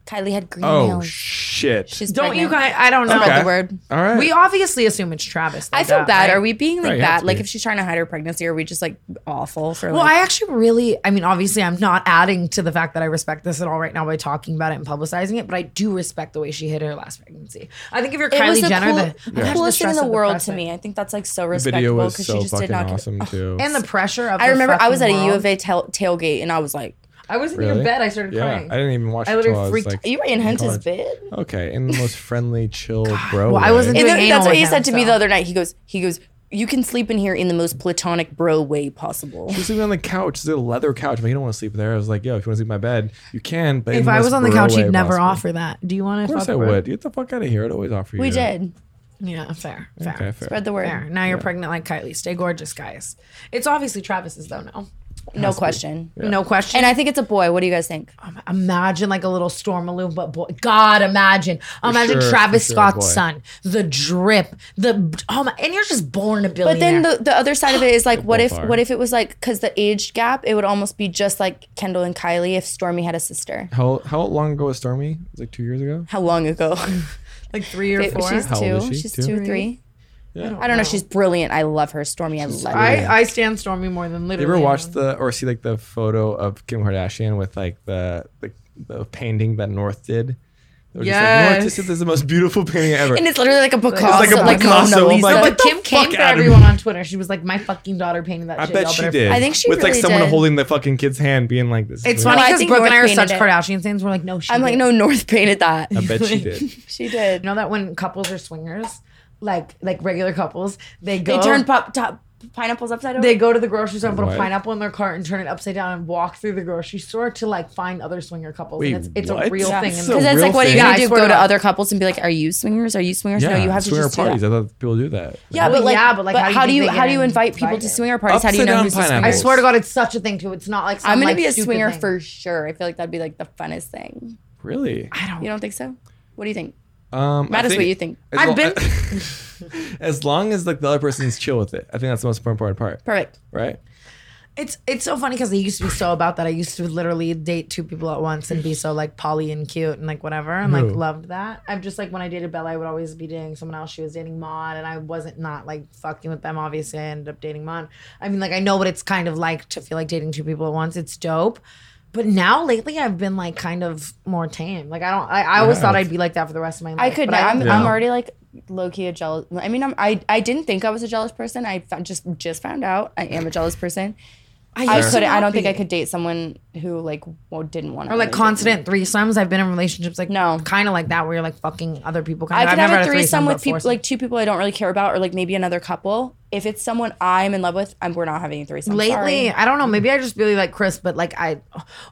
[SPEAKER 8] Kylie had green
[SPEAKER 9] Oh
[SPEAKER 8] nails.
[SPEAKER 9] shit!
[SPEAKER 8] She's
[SPEAKER 3] Don't you
[SPEAKER 8] pregnant.
[SPEAKER 3] guys? I don't
[SPEAKER 9] Oh
[SPEAKER 3] know.
[SPEAKER 8] Spread the word.
[SPEAKER 9] All right.
[SPEAKER 3] We obviously assume it's Travis.
[SPEAKER 8] I
[SPEAKER 3] like
[SPEAKER 8] feel
[SPEAKER 3] that,
[SPEAKER 8] bad.
[SPEAKER 3] right?
[SPEAKER 8] Are we being like
[SPEAKER 9] Right, you have
[SPEAKER 8] bad?
[SPEAKER 9] to
[SPEAKER 8] Like
[SPEAKER 9] be.
[SPEAKER 8] if she's trying to hide her pregnancy, are we just like awful for?
[SPEAKER 3] Well,
[SPEAKER 8] like,
[SPEAKER 3] I actually really, I mean, obviously, I'm not adding to the fact that I respect this at all right now by talking about it and publicizing it, but I do respect the way she hid her last pregnancy. I think if you're
[SPEAKER 8] it was
[SPEAKER 3] Kylie
[SPEAKER 8] the
[SPEAKER 3] Jenner,
[SPEAKER 8] cool-
[SPEAKER 3] the,
[SPEAKER 8] the
[SPEAKER 3] imagine
[SPEAKER 8] coolest thing in
[SPEAKER 3] stress
[SPEAKER 8] the
[SPEAKER 3] of
[SPEAKER 8] world to
[SPEAKER 3] pressing.
[SPEAKER 8] me. I think that's like so
[SPEAKER 9] The
[SPEAKER 8] respectable
[SPEAKER 9] video was
[SPEAKER 8] 'cause
[SPEAKER 9] so
[SPEAKER 8] she just did
[SPEAKER 9] fucking
[SPEAKER 8] not.
[SPEAKER 9] awesome too.
[SPEAKER 3] and the pressure of.
[SPEAKER 8] I
[SPEAKER 3] the
[SPEAKER 8] remember I was at a
[SPEAKER 3] fucking
[SPEAKER 8] U of
[SPEAKER 3] world.
[SPEAKER 8] A tail- tailgate and I was like,
[SPEAKER 3] I was in your
[SPEAKER 9] Really?
[SPEAKER 3] bed. I started
[SPEAKER 9] yeah,
[SPEAKER 3] crying.
[SPEAKER 9] I didn't even watch.
[SPEAKER 3] I
[SPEAKER 9] it
[SPEAKER 3] literally
[SPEAKER 9] till I was,
[SPEAKER 3] freaked-
[SPEAKER 9] like,
[SPEAKER 8] "Are you right in Hunter's
[SPEAKER 9] college.
[SPEAKER 8] bed?"
[SPEAKER 9] Okay, in the most friendly, chill bro.
[SPEAKER 3] Well, I wasn't
[SPEAKER 9] way.
[SPEAKER 3] doing
[SPEAKER 8] And then,
[SPEAKER 3] anal
[SPEAKER 8] that's what
[SPEAKER 3] with
[SPEAKER 8] he
[SPEAKER 3] him,
[SPEAKER 8] said to me
[SPEAKER 3] so.
[SPEAKER 8] the other night. He goes, he goes, you can sleep in here in the most platonic bro way possible.
[SPEAKER 9] She was sleeping on the couch. It's a leather couch. I'm like, you don't want to sleep there. I was like, yo, if you want to sleep in my bed, you can. But in
[SPEAKER 3] If
[SPEAKER 9] the
[SPEAKER 3] I
[SPEAKER 9] most
[SPEAKER 3] was on the
[SPEAKER 9] bro
[SPEAKER 3] couch,
[SPEAKER 9] way
[SPEAKER 3] he'd never
[SPEAKER 9] possible.
[SPEAKER 3] offer that. Do you want
[SPEAKER 9] Of
[SPEAKER 3] to?
[SPEAKER 9] course I would. Get the fuck out of here. I'd always offer you.
[SPEAKER 8] We
[SPEAKER 9] that.
[SPEAKER 8] did.
[SPEAKER 3] Yeah, fair, fair,
[SPEAKER 9] Okay, fair.
[SPEAKER 8] Spread the word.
[SPEAKER 3] fair. Now you're pregnant like Kylie. Stay gorgeous, guys. It's obviously Travis's though. No,
[SPEAKER 8] No question.
[SPEAKER 3] no question.
[SPEAKER 8] And I think it's a boy. What do you guys think?
[SPEAKER 3] Imagine like a little Stormaloo, but boy, God, imagine, imagine
[SPEAKER 9] sure,
[SPEAKER 3] Travis
[SPEAKER 9] for sure,
[SPEAKER 3] Scott's
[SPEAKER 9] boy.
[SPEAKER 3] son, the drip, the oh my, and you're just born a billionaire.
[SPEAKER 8] But then the, the other side of it is like, what if
[SPEAKER 9] both are.
[SPEAKER 8] what if it was like because the age gap, it would almost be just like Kendall and Kylie if Stormy had a sister.
[SPEAKER 9] How how long ago was Stormy? It was like two years ago.
[SPEAKER 8] How long ago?
[SPEAKER 3] like three or
[SPEAKER 8] It-
[SPEAKER 3] four.
[SPEAKER 8] she's
[SPEAKER 9] How old
[SPEAKER 8] two.
[SPEAKER 9] is she?
[SPEAKER 8] She's
[SPEAKER 9] Two?
[SPEAKER 8] two,
[SPEAKER 9] Three?
[SPEAKER 8] three.
[SPEAKER 9] Yeah.
[SPEAKER 8] I don't know. She's brilliant. I love her, Stormy. I love her.
[SPEAKER 3] I I stand Stormy more than
[SPEAKER 9] You
[SPEAKER 3] literally.
[SPEAKER 9] ever watch
[SPEAKER 3] anyone.
[SPEAKER 9] the or see like the photo of Kim Kardashian with like the the, the painting that North did? They were just like, North just
[SPEAKER 3] Yes.
[SPEAKER 9] did this is the most beautiful painting ever.
[SPEAKER 8] And it's literally like a Picasso,
[SPEAKER 9] a
[SPEAKER 8] like,
[SPEAKER 9] Picasso.
[SPEAKER 8] Mona
[SPEAKER 9] I'm
[SPEAKER 8] Lisa.
[SPEAKER 9] like,
[SPEAKER 3] No,
[SPEAKER 9] what
[SPEAKER 3] but Kim came
[SPEAKER 9] fuck
[SPEAKER 3] for
[SPEAKER 9] outta
[SPEAKER 3] everyone on Twitter. She was like, "My fucking daughter painted that
[SPEAKER 9] I
[SPEAKER 3] shit."
[SPEAKER 9] bet
[SPEAKER 3] y'all
[SPEAKER 9] she
[SPEAKER 3] better-
[SPEAKER 9] did.
[SPEAKER 8] I think she
[SPEAKER 9] with like
[SPEAKER 8] really
[SPEAKER 9] someone
[SPEAKER 8] did.
[SPEAKER 9] holding the fucking kid's hand, being like this. is
[SPEAKER 3] It's
[SPEAKER 9] really-
[SPEAKER 3] funny
[SPEAKER 8] I
[SPEAKER 3] because
[SPEAKER 8] think
[SPEAKER 3] Brooke and I
[SPEAKER 8] North
[SPEAKER 3] are such
[SPEAKER 8] painted it.
[SPEAKER 3] Kardashian fans. We're like, "No, she."
[SPEAKER 8] I'm like,
[SPEAKER 3] didn't.
[SPEAKER 8] no, North painted that.
[SPEAKER 9] I bet she did.
[SPEAKER 8] She did.
[SPEAKER 3] You know that when couples are swingers, like like regular couples, they go
[SPEAKER 8] They turned pop top pineapples upside down.
[SPEAKER 3] They go to the grocery store and put a
[SPEAKER 9] What?
[SPEAKER 3] pineapple in their cart and turn it upside down and walk through the grocery store to like find other swinger couples.
[SPEAKER 9] Wait,
[SPEAKER 3] and it's, it's a
[SPEAKER 9] what?
[SPEAKER 3] real
[SPEAKER 9] Yeah.
[SPEAKER 3] thing.
[SPEAKER 9] So-
[SPEAKER 8] Because
[SPEAKER 3] And
[SPEAKER 8] that's
[SPEAKER 9] real
[SPEAKER 8] like, what are you
[SPEAKER 9] thing.
[SPEAKER 8] gonna
[SPEAKER 3] Yeah, I
[SPEAKER 8] do?
[SPEAKER 3] swear
[SPEAKER 8] Go
[SPEAKER 3] to
[SPEAKER 8] to
[SPEAKER 3] God.
[SPEAKER 8] other couples and be like, "Are you swingers? Are you swingers? no, you have to
[SPEAKER 9] swinger
[SPEAKER 8] just do
[SPEAKER 9] parties.
[SPEAKER 8] that."
[SPEAKER 9] I thought people do that.
[SPEAKER 8] Yeah,
[SPEAKER 3] Well,
[SPEAKER 8] but like,
[SPEAKER 3] yeah, but, like,
[SPEAKER 8] how do you how do you
[SPEAKER 3] get
[SPEAKER 8] invite people to
[SPEAKER 3] invited?
[SPEAKER 8] swinger parties? How do you
[SPEAKER 9] Upside
[SPEAKER 8] know
[SPEAKER 9] down
[SPEAKER 8] who's a swinger?
[SPEAKER 9] pineapple.
[SPEAKER 3] I swear to God, it's such a thing too. It's not like some,
[SPEAKER 8] I'm gonna
[SPEAKER 3] like,
[SPEAKER 8] be a
[SPEAKER 3] stupid
[SPEAKER 8] swinger
[SPEAKER 3] thing.
[SPEAKER 8] for sure. I feel like that'd be like the funnest thing.
[SPEAKER 9] really.
[SPEAKER 3] I don't.
[SPEAKER 8] You don't think so? What do you think?
[SPEAKER 9] Um, I
[SPEAKER 8] Matt is
[SPEAKER 9] think-
[SPEAKER 8] what you think.
[SPEAKER 9] as
[SPEAKER 3] I've
[SPEAKER 9] lo-
[SPEAKER 3] been-
[SPEAKER 9] as long as like the other person's chill with it, I think that's the most important part.
[SPEAKER 8] Perfect.
[SPEAKER 9] Right?
[SPEAKER 3] It's it's so funny because I used to be so about that. I used to literally date two people at once and be so like poly and cute and like whatever and like
[SPEAKER 9] Who?
[SPEAKER 3] loved that. I'm just like when I dated Bella, I would always be dating someone else. She was dating Mod, and I wasn't not like fucking with them. Obviously, I ended up dating Mod. I mean, like I know what it's kind of like to feel like dating two people at once. It's dope. But now lately, I've been like kind of more tame. Like I don't. I, I always thought I'd be like that for the rest of my life.
[SPEAKER 8] I could.
[SPEAKER 3] but
[SPEAKER 8] not I'm
[SPEAKER 3] don't
[SPEAKER 8] I'm
[SPEAKER 3] know.
[SPEAKER 8] already like low key a jealous. I mean, I'm, I I didn't think I was a jealous person. I found, just just found out I am a jealous person. I
[SPEAKER 3] used to
[SPEAKER 8] could. I
[SPEAKER 3] not
[SPEAKER 8] don't think
[SPEAKER 3] be.
[SPEAKER 8] I could date someone who like w- didn't want to.
[SPEAKER 3] Or like constant threesomes. I've been in relationships like
[SPEAKER 8] No.
[SPEAKER 3] kind of like that where you're like fucking other people. Kind
[SPEAKER 8] I
[SPEAKER 3] of.
[SPEAKER 8] could
[SPEAKER 3] I've never
[SPEAKER 8] have a
[SPEAKER 3] had
[SPEAKER 8] threesome with
[SPEAKER 3] but
[SPEAKER 8] people,
[SPEAKER 3] foursome.
[SPEAKER 8] like two people I don't really care about, or like maybe another couple. If it's someone I'm in love with, I'm, we're not having a threesome.
[SPEAKER 3] Lately,
[SPEAKER 8] sorry.
[SPEAKER 3] I don't know. Maybe I just really like Chris, but like I,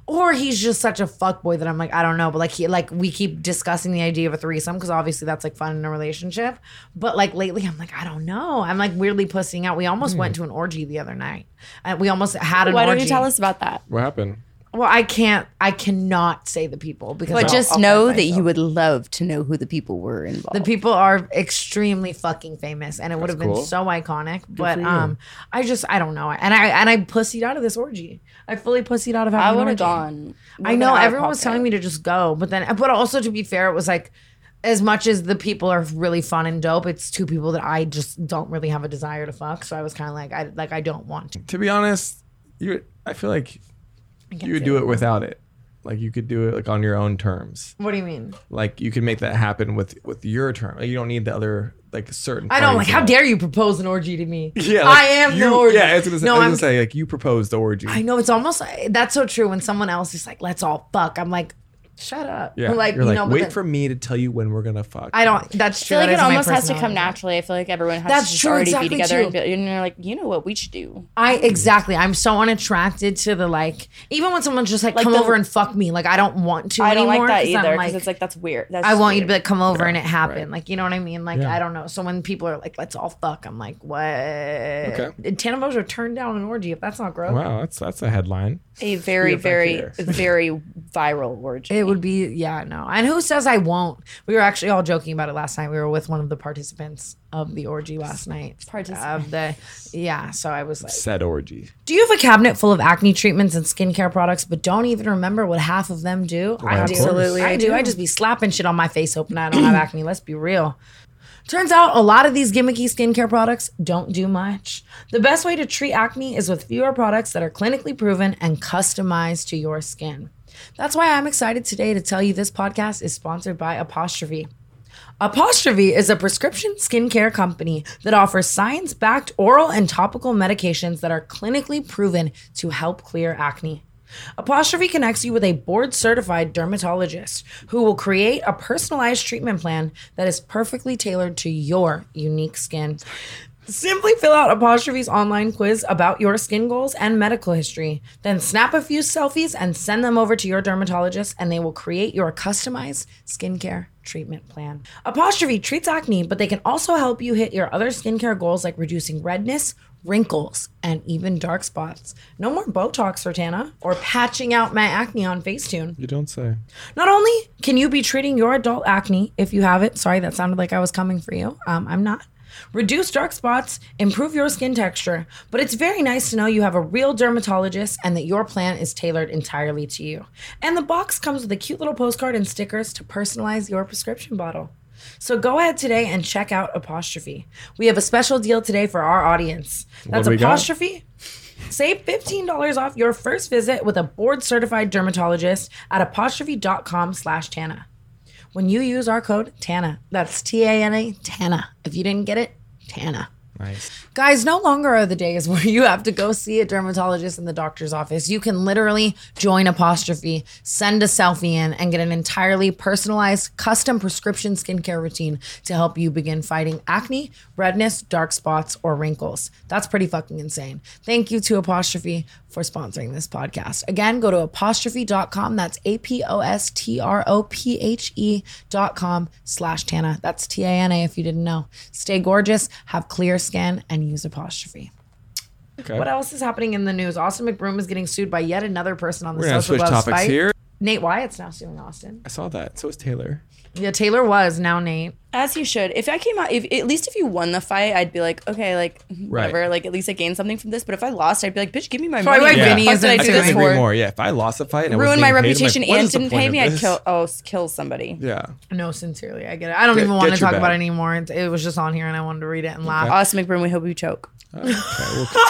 [SPEAKER 3] or he's just such a fuckboy that I'm like I don't know. But like he, like we keep discussing the idea of a threesome because obviously that's like fun in a relationship. But like lately, I'm like I don't know. I'm like weirdly pussing out. We almost went to an orgy the other night. Uh, we almost had an
[SPEAKER 8] Hmm. why
[SPEAKER 3] orgy.
[SPEAKER 8] don't you tell us about that?
[SPEAKER 9] What happened?
[SPEAKER 3] Well, I can't. I cannot say the people because.
[SPEAKER 8] But
[SPEAKER 3] I'll-
[SPEAKER 8] just
[SPEAKER 3] I'll
[SPEAKER 8] know
[SPEAKER 3] offend
[SPEAKER 8] that you
[SPEAKER 3] myself.
[SPEAKER 8] would love to know who the people were involved.
[SPEAKER 3] The people are extremely fucking famous, and it would have been
[SPEAKER 9] Oh. cool.
[SPEAKER 3] so iconic. But um, I just I don't know, and I and I pussied out of this orgy. I fully pussied out of having.
[SPEAKER 8] I
[SPEAKER 3] an
[SPEAKER 8] would have
[SPEAKER 3] orgy.
[SPEAKER 8] gone.
[SPEAKER 3] I know everyone was telling me to just go, but then, but also to be fair, it was like, as much as the people are really fun and dope, it's two people that I just don't really have a desire to fuck. So I was kind of like, I like I don't want to.
[SPEAKER 9] To be honest, you I feel like you would do it without it. Like you could do it like on your own terms.
[SPEAKER 3] What do you mean?
[SPEAKER 9] Like you can make that happen with with your term. Like you don't need the other like certain.
[SPEAKER 3] I don't like.
[SPEAKER 9] parties
[SPEAKER 3] How
[SPEAKER 9] involved.
[SPEAKER 3] dare you propose an orgy to me?
[SPEAKER 9] Yeah, like,
[SPEAKER 3] I am
[SPEAKER 9] you,
[SPEAKER 3] the orgy.
[SPEAKER 9] Yeah, I was gonna say,
[SPEAKER 3] no,
[SPEAKER 9] I was
[SPEAKER 3] I'm
[SPEAKER 9] gonna say like you proposed the orgy.
[SPEAKER 3] I know it's almost that's so true. When someone else is like, "Let's all fuck," I'm like, shut up.
[SPEAKER 9] Yeah.
[SPEAKER 3] Like,
[SPEAKER 9] You're
[SPEAKER 3] you
[SPEAKER 9] like,
[SPEAKER 3] know, but
[SPEAKER 9] wait
[SPEAKER 3] then-
[SPEAKER 9] for me to tell you when we're gonna fuck.
[SPEAKER 3] I don't, that's
[SPEAKER 8] I
[SPEAKER 3] true.
[SPEAKER 8] feel like
[SPEAKER 3] That
[SPEAKER 8] it
[SPEAKER 3] isn't my
[SPEAKER 8] almost has to come
[SPEAKER 3] personality.
[SPEAKER 8] naturally. I feel like everyone has
[SPEAKER 3] That's
[SPEAKER 8] to just
[SPEAKER 3] true,
[SPEAKER 8] already
[SPEAKER 3] exactly
[SPEAKER 8] be together
[SPEAKER 3] too.
[SPEAKER 8] and, be, and you're like, you know what we should do.
[SPEAKER 3] I exactly. I'm so unattracted to the like. Even when someone's just like, come
[SPEAKER 8] the-
[SPEAKER 3] over and fuck me, like I don't want to.
[SPEAKER 8] I don't
[SPEAKER 3] anymore,
[SPEAKER 8] like that
[SPEAKER 3] 'cause I'm
[SPEAKER 8] either
[SPEAKER 3] like-
[SPEAKER 8] because it's like that's weird. That's
[SPEAKER 3] I want you to be
[SPEAKER 8] weird.
[SPEAKER 3] like, come over and it happened. Like, you know what I mean? Like,
[SPEAKER 9] Yeah.
[SPEAKER 3] I don't know. So when people are like, let's all fuck, I'm like, what? Okay. Tana Mojo turned down an orgy if that's not gross.
[SPEAKER 9] Wow, that's that's a headline.
[SPEAKER 8] a very,
[SPEAKER 9] if I
[SPEAKER 8] very,
[SPEAKER 9] care.
[SPEAKER 8] very viral orgy.
[SPEAKER 3] It would be, yeah, no. And who says I won't? We were actually all joking about it last night. We were with one of the participants of the orgy last night. Of the, yeah. So I was like,
[SPEAKER 9] Said orgy.
[SPEAKER 3] do you have a cabinet full of acne treatments and skincare products, but don't even remember what half of them do?
[SPEAKER 9] Why,
[SPEAKER 3] I
[SPEAKER 9] of
[SPEAKER 3] do.
[SPEAKER 9] course. Absolutely,
[SPEAKER 3] I
[SPEAKER 8] I
[SPEAKER 3] do.
[SPEAKER 8] do.
[SPEAKER 3] I just be slapping shit on my face hoping I don't have acne. Let's be real. Turns out a lot of these gimmicky skincare products don't do much. The best way to treat acne is with fewer products that are clinically proven and customized to your skin. That's why I'm excited today to tell you this podcast is sponsored by Apostrophe. Apostrophe is a prescription skincare company that offers science backed oral and topical medications that are clinically proven to help clear acne. Apostrophe connects you with a board certified dermatologist who will create a personalized treatment plan that is perfectly tailored to your unique skin. Simply fill out Apostrophe's online quiz about your skin goals and medical history. Then snap a few selfies and send them over to your dermatologist, and they will create your customized skincare treatment plan. Apostrophe treats acne, but they can also help you hit your other skincare goals like reducing redness, wrinkles, and even dark spots. No more Botox or Tana or patching out my acne on Facetune.
[SPEAKER 9] You don't say.
[SPEAKER 3] Not only can you be treating your adult acne if you have it, sorry, that sounded like I was coming for you. Um, I'm not. Reduce dark spots, improve your skin texture, but it's very nice to know you have a real dermatologist and that your plan is tailored entirely to you. And the box comes with a cute little postcard and stickers to personalize your prescription bottle. So go ahead today and check out Apostrophe. We have a special deal today for our audience. That's
[SPEAKER 9] do we got?
[SPEAKER 3] Apostrophe. Save $15 off your first visit with a board certified dermatologist at apostrophe.com slash Tana. When you use our code Tana, that's T A N A, Tana. If you didn't get it, Tana.
[SPEAKER 9] Nice.
[SPEAKER 3] Guys, no longer are the days where you have to go see a dermatologist in the doctor's office. You can literally join Apostrophe, send a selfie in, and get an entirely personalized custom prescription skincare routine to help you begin fighting acne, redness, dark spots, or wrinkles. That's pretty fucking insane. Thank you to Apostrophe for sponsoring this podcast. Again, go to apostrophe.com. That's A P O S T R O P H E dot com slash Tana. That's T A N A if you didn't know. Stay gorgeous, have clear skin, and use apostrophe.
[SPEAKER 9] Okay.
[SPEAKER 3] What else is happening in the news? Austin McBroom is getting sued by yet another person on the
[SPEAKER 9] We're gonna
[SPEAKER 3] social
[SPEAKER 9] switch
[SPEAKER 3] gloves
[SPEAKER 9] topics
[SPEAKER 3] fight.
[SPEAKER 9] here.
[SPEAKER 3] Nate Wyatt's now suing Austin.
[SPEAKER 9] I saw that. So is Taylor.
[SPEAKER 3] Yeah, Taylor was now Nate.
[SPEAKER 8] As you should. If I came out, if at least if you won the fight, I'd be like, okay, like whatever, like at least I gained something from this. But if I lost, I'd be like, bitch, give me my
[SPEAKER 3] Probably
[SPEAKER 8] money.
[SPEAKER 3] why
[SPEAKER 8] What
[SPEAKER 3] Vinny
[SPEAKER 8] the fuck did I
[SPEAKER 3] isn't
[SPEAKER 8] do
[SPEAKER 9] couldn't
[SPEAKER 8] this
[SPEAKER 3] doing
[SPEAKER 9] agree
[SPEAKER 8] for?
[SPEAKER 9] more. Yeah, if I lost a fight and I
[SPEAKER 8] Ruin
[SPEAKER 9] wasn't being
[SPEAKER 8] my
[SPEAKER 9] paid, I'm like,
[SPEAKER 8] reputation
[SPEAKER 9] what
[SPEAKER 8] and
[SPEAKER 9] is the
[SPEAKER 8] didn't
[SPEAKER 9] point
[SPEAKER 8] pay
[SPEAKER 9] of
[SPEAKER 8] me. I'd
[SPEAKER 9] this?
[SPEAKER 8] kill. Oh, s- kill somebody.
[SPEAKER 9] Yeah.
[SPEAKER 3] No, sincerely, I get it. I don't
[SPEAKER 9] Get-
[SPEAKER 3] even want to
[SPEAKER 9] get your
[SPEAKER 3] talk about it
[SPEAKER 9] bag.
[SPEAKER 3] anymore. It's, it was just on here, and I wanted to read it and laugh.
[SPEAKER 8] Austin McBroom, we hope you choke.
[SPEAKER 9] Okay, we'll keep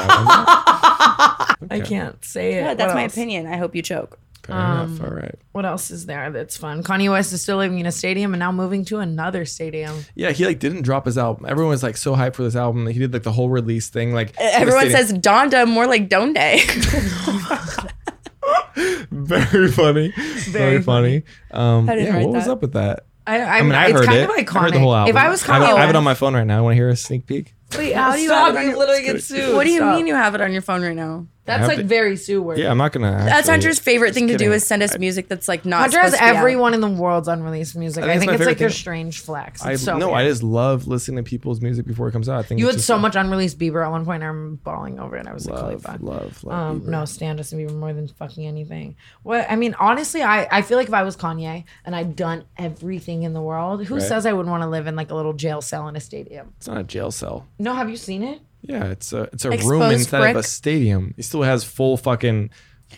[SPEAKER 9] that one.
[SPEAKER 3] I can't say it.
[SPEAKER 8] Yeah, that's
[SPEAKER 3] What
[SPEAKER 8] my
[SPEAKER 3] else?
[SPEAKER 8] opinion. I hope you choke.
[SPEAKER 9] Fair
[SPEAKER 8] Um,
[SPEAKER 9] enough. All right.
[SPEAKER 3] What else is there that's fun? Kanye West is still living in a stadium and now moving to another stadium.
[SPEAKER 9] Yeah, he like didn't drop his album. Everyone was like so hyped for this album. He did like the whole release thing. Like
[SPEAKER 8] Everyone
[SPEAKER 9] devastating.
[SPEAKER 8] says Donda, more like Donde.
[SPEAKER 9] very funny, very funny. Um,
[SPEAKER 8] didn't
[SPEAKER 9] yeah,
[SPEAKER 8] write
[SPEAKER 9] what was
[SPEAKER 8] that.
[SPEAKER 9] up with that?
[SPEAKER 3] I, I,
[SPEAKER 9] I mean, I
[SPEAKER 3] it's
[SPEAKER 9] heard
[SPEAKER 3] kind
[SPEAKER 9] it.
[SPEAKER 3] of iconic.
[SPEAKER 9] I heard the whole album.
[SPEAKER 3] If I was Kanye
[SPEAKER 9] I have, it-
[SPEAKER 3] West,
[SPEAKER 9] I have it on my phone right now. Want to hear a sneak peek?
[SPEAKER 8] Wait, how do you
[SPEAKER 3] stop,
[SPEAKER 8] have it on
[SPEAKER 3] you
[SPEAKER 8] your-
[SPEAKER 3] literally get sued.
[SPEAKER 8] What do you
[SPEAKER 3] Stop.
[SPEAKER 8] mean you have it on your phone right now?
[SPEAKER 3] That's
[SPEAKER 9] have
[SPEAKER 3] like
[SPEAKER 9] it.
[SPEAKER 3] very Sue worthy.
[SPEAKER 9] Yeah, I'm not gonna.
[SPEAKER 8] That's
[SPEAKER 9] actually-
[SPEAKER 8] Hunter's favorite thing to
[SPEAKER 9] kidding.
[SPEAKER 8] do is send us music that's like not.
[SPEAKER 3] Hunter has
[SPEAKER 8] supposed to be out.
[SPEAKER 3] everyone in the world's unreleased music. I
[SPEAKER 9] think it's
[SPEAKER 3] think
[SPEAKER 9] my
[SPEAKER 3] it's, like
[SPEAKER 9] favorite
[SPEAKER 3] your
[SPEAKER 9] thing.
[SPEAKER 3] strange flex.
[SPEAKER 9] I
[SPEAKER 3] It's so
[SPEAKER 9] no,
[SPEAKER 3] weird.
[SPEAKER 9] I just love listening to people's music before it comes out. I think
[SPEAKER 3] you
[SPEAKER 9] it's
[SPEAKER 3] had
[SPEAKER 9] just,
[SPEAKER 3] so
[SPEAKER 9] like,
[SPEAKER 3] much unreleased Bieber at one point. I'm bawling over it. I was like, holy
[SPEAKER 9] Love,
[SPEAKER 3] fuck.
[SPEAKER 9] love, love.
[SPEAKER 3] Um,
[SPEAKER 9] Bieber.
[SPEAKER 3] no, stand Justin Bieber more than fucking anything. What I mean, honestly, I, I feel like if I was Kanye and I'd done everything in the world, who
[SPEAKER 9] Right.
[SPEAKER 3] says I wouldn't want to live in like a little jail cell in a stadium?
[SPEAKER 9] it's not a jail cell.
[SPEAKER 3] No, have you seen it?
[SPEAKER 9] Yeah, it's a it's a room
[SPEAKER 8] Exposed
[SPEAKER 9] instead of a
[SPEAKER 8] brick.
[SPEAKER 9] stadium. It still has full fucking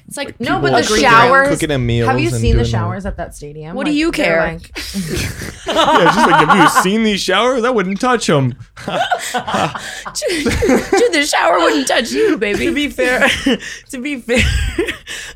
[SPEAKER 8] It's like
[SPEAKER 3] No, but the
[SPEAKER 9] People cooking-
[SPEAKER 3] showers.
[SPEAKER 9] cooking and meals
[SPEAKER 3] have you
[SPEAKER 9] and
[SPEAKER 3] seen the
[SPEAKER 9] doing all-
[SPEAKER 3] showers at that stadium?
[SPEAKER 8] What do you
[SPEAKER 3] they're
[SPEAKER 8] care?
[SPEAKER 3] Like,
[SPEAKER 9] yeah, just like have you seen these showers? I wouldn't touch them.
[SPEAKER 8] dude, the shower wouldn't touch you, baby.
[SPEAKER 3] to be fair, to be fair,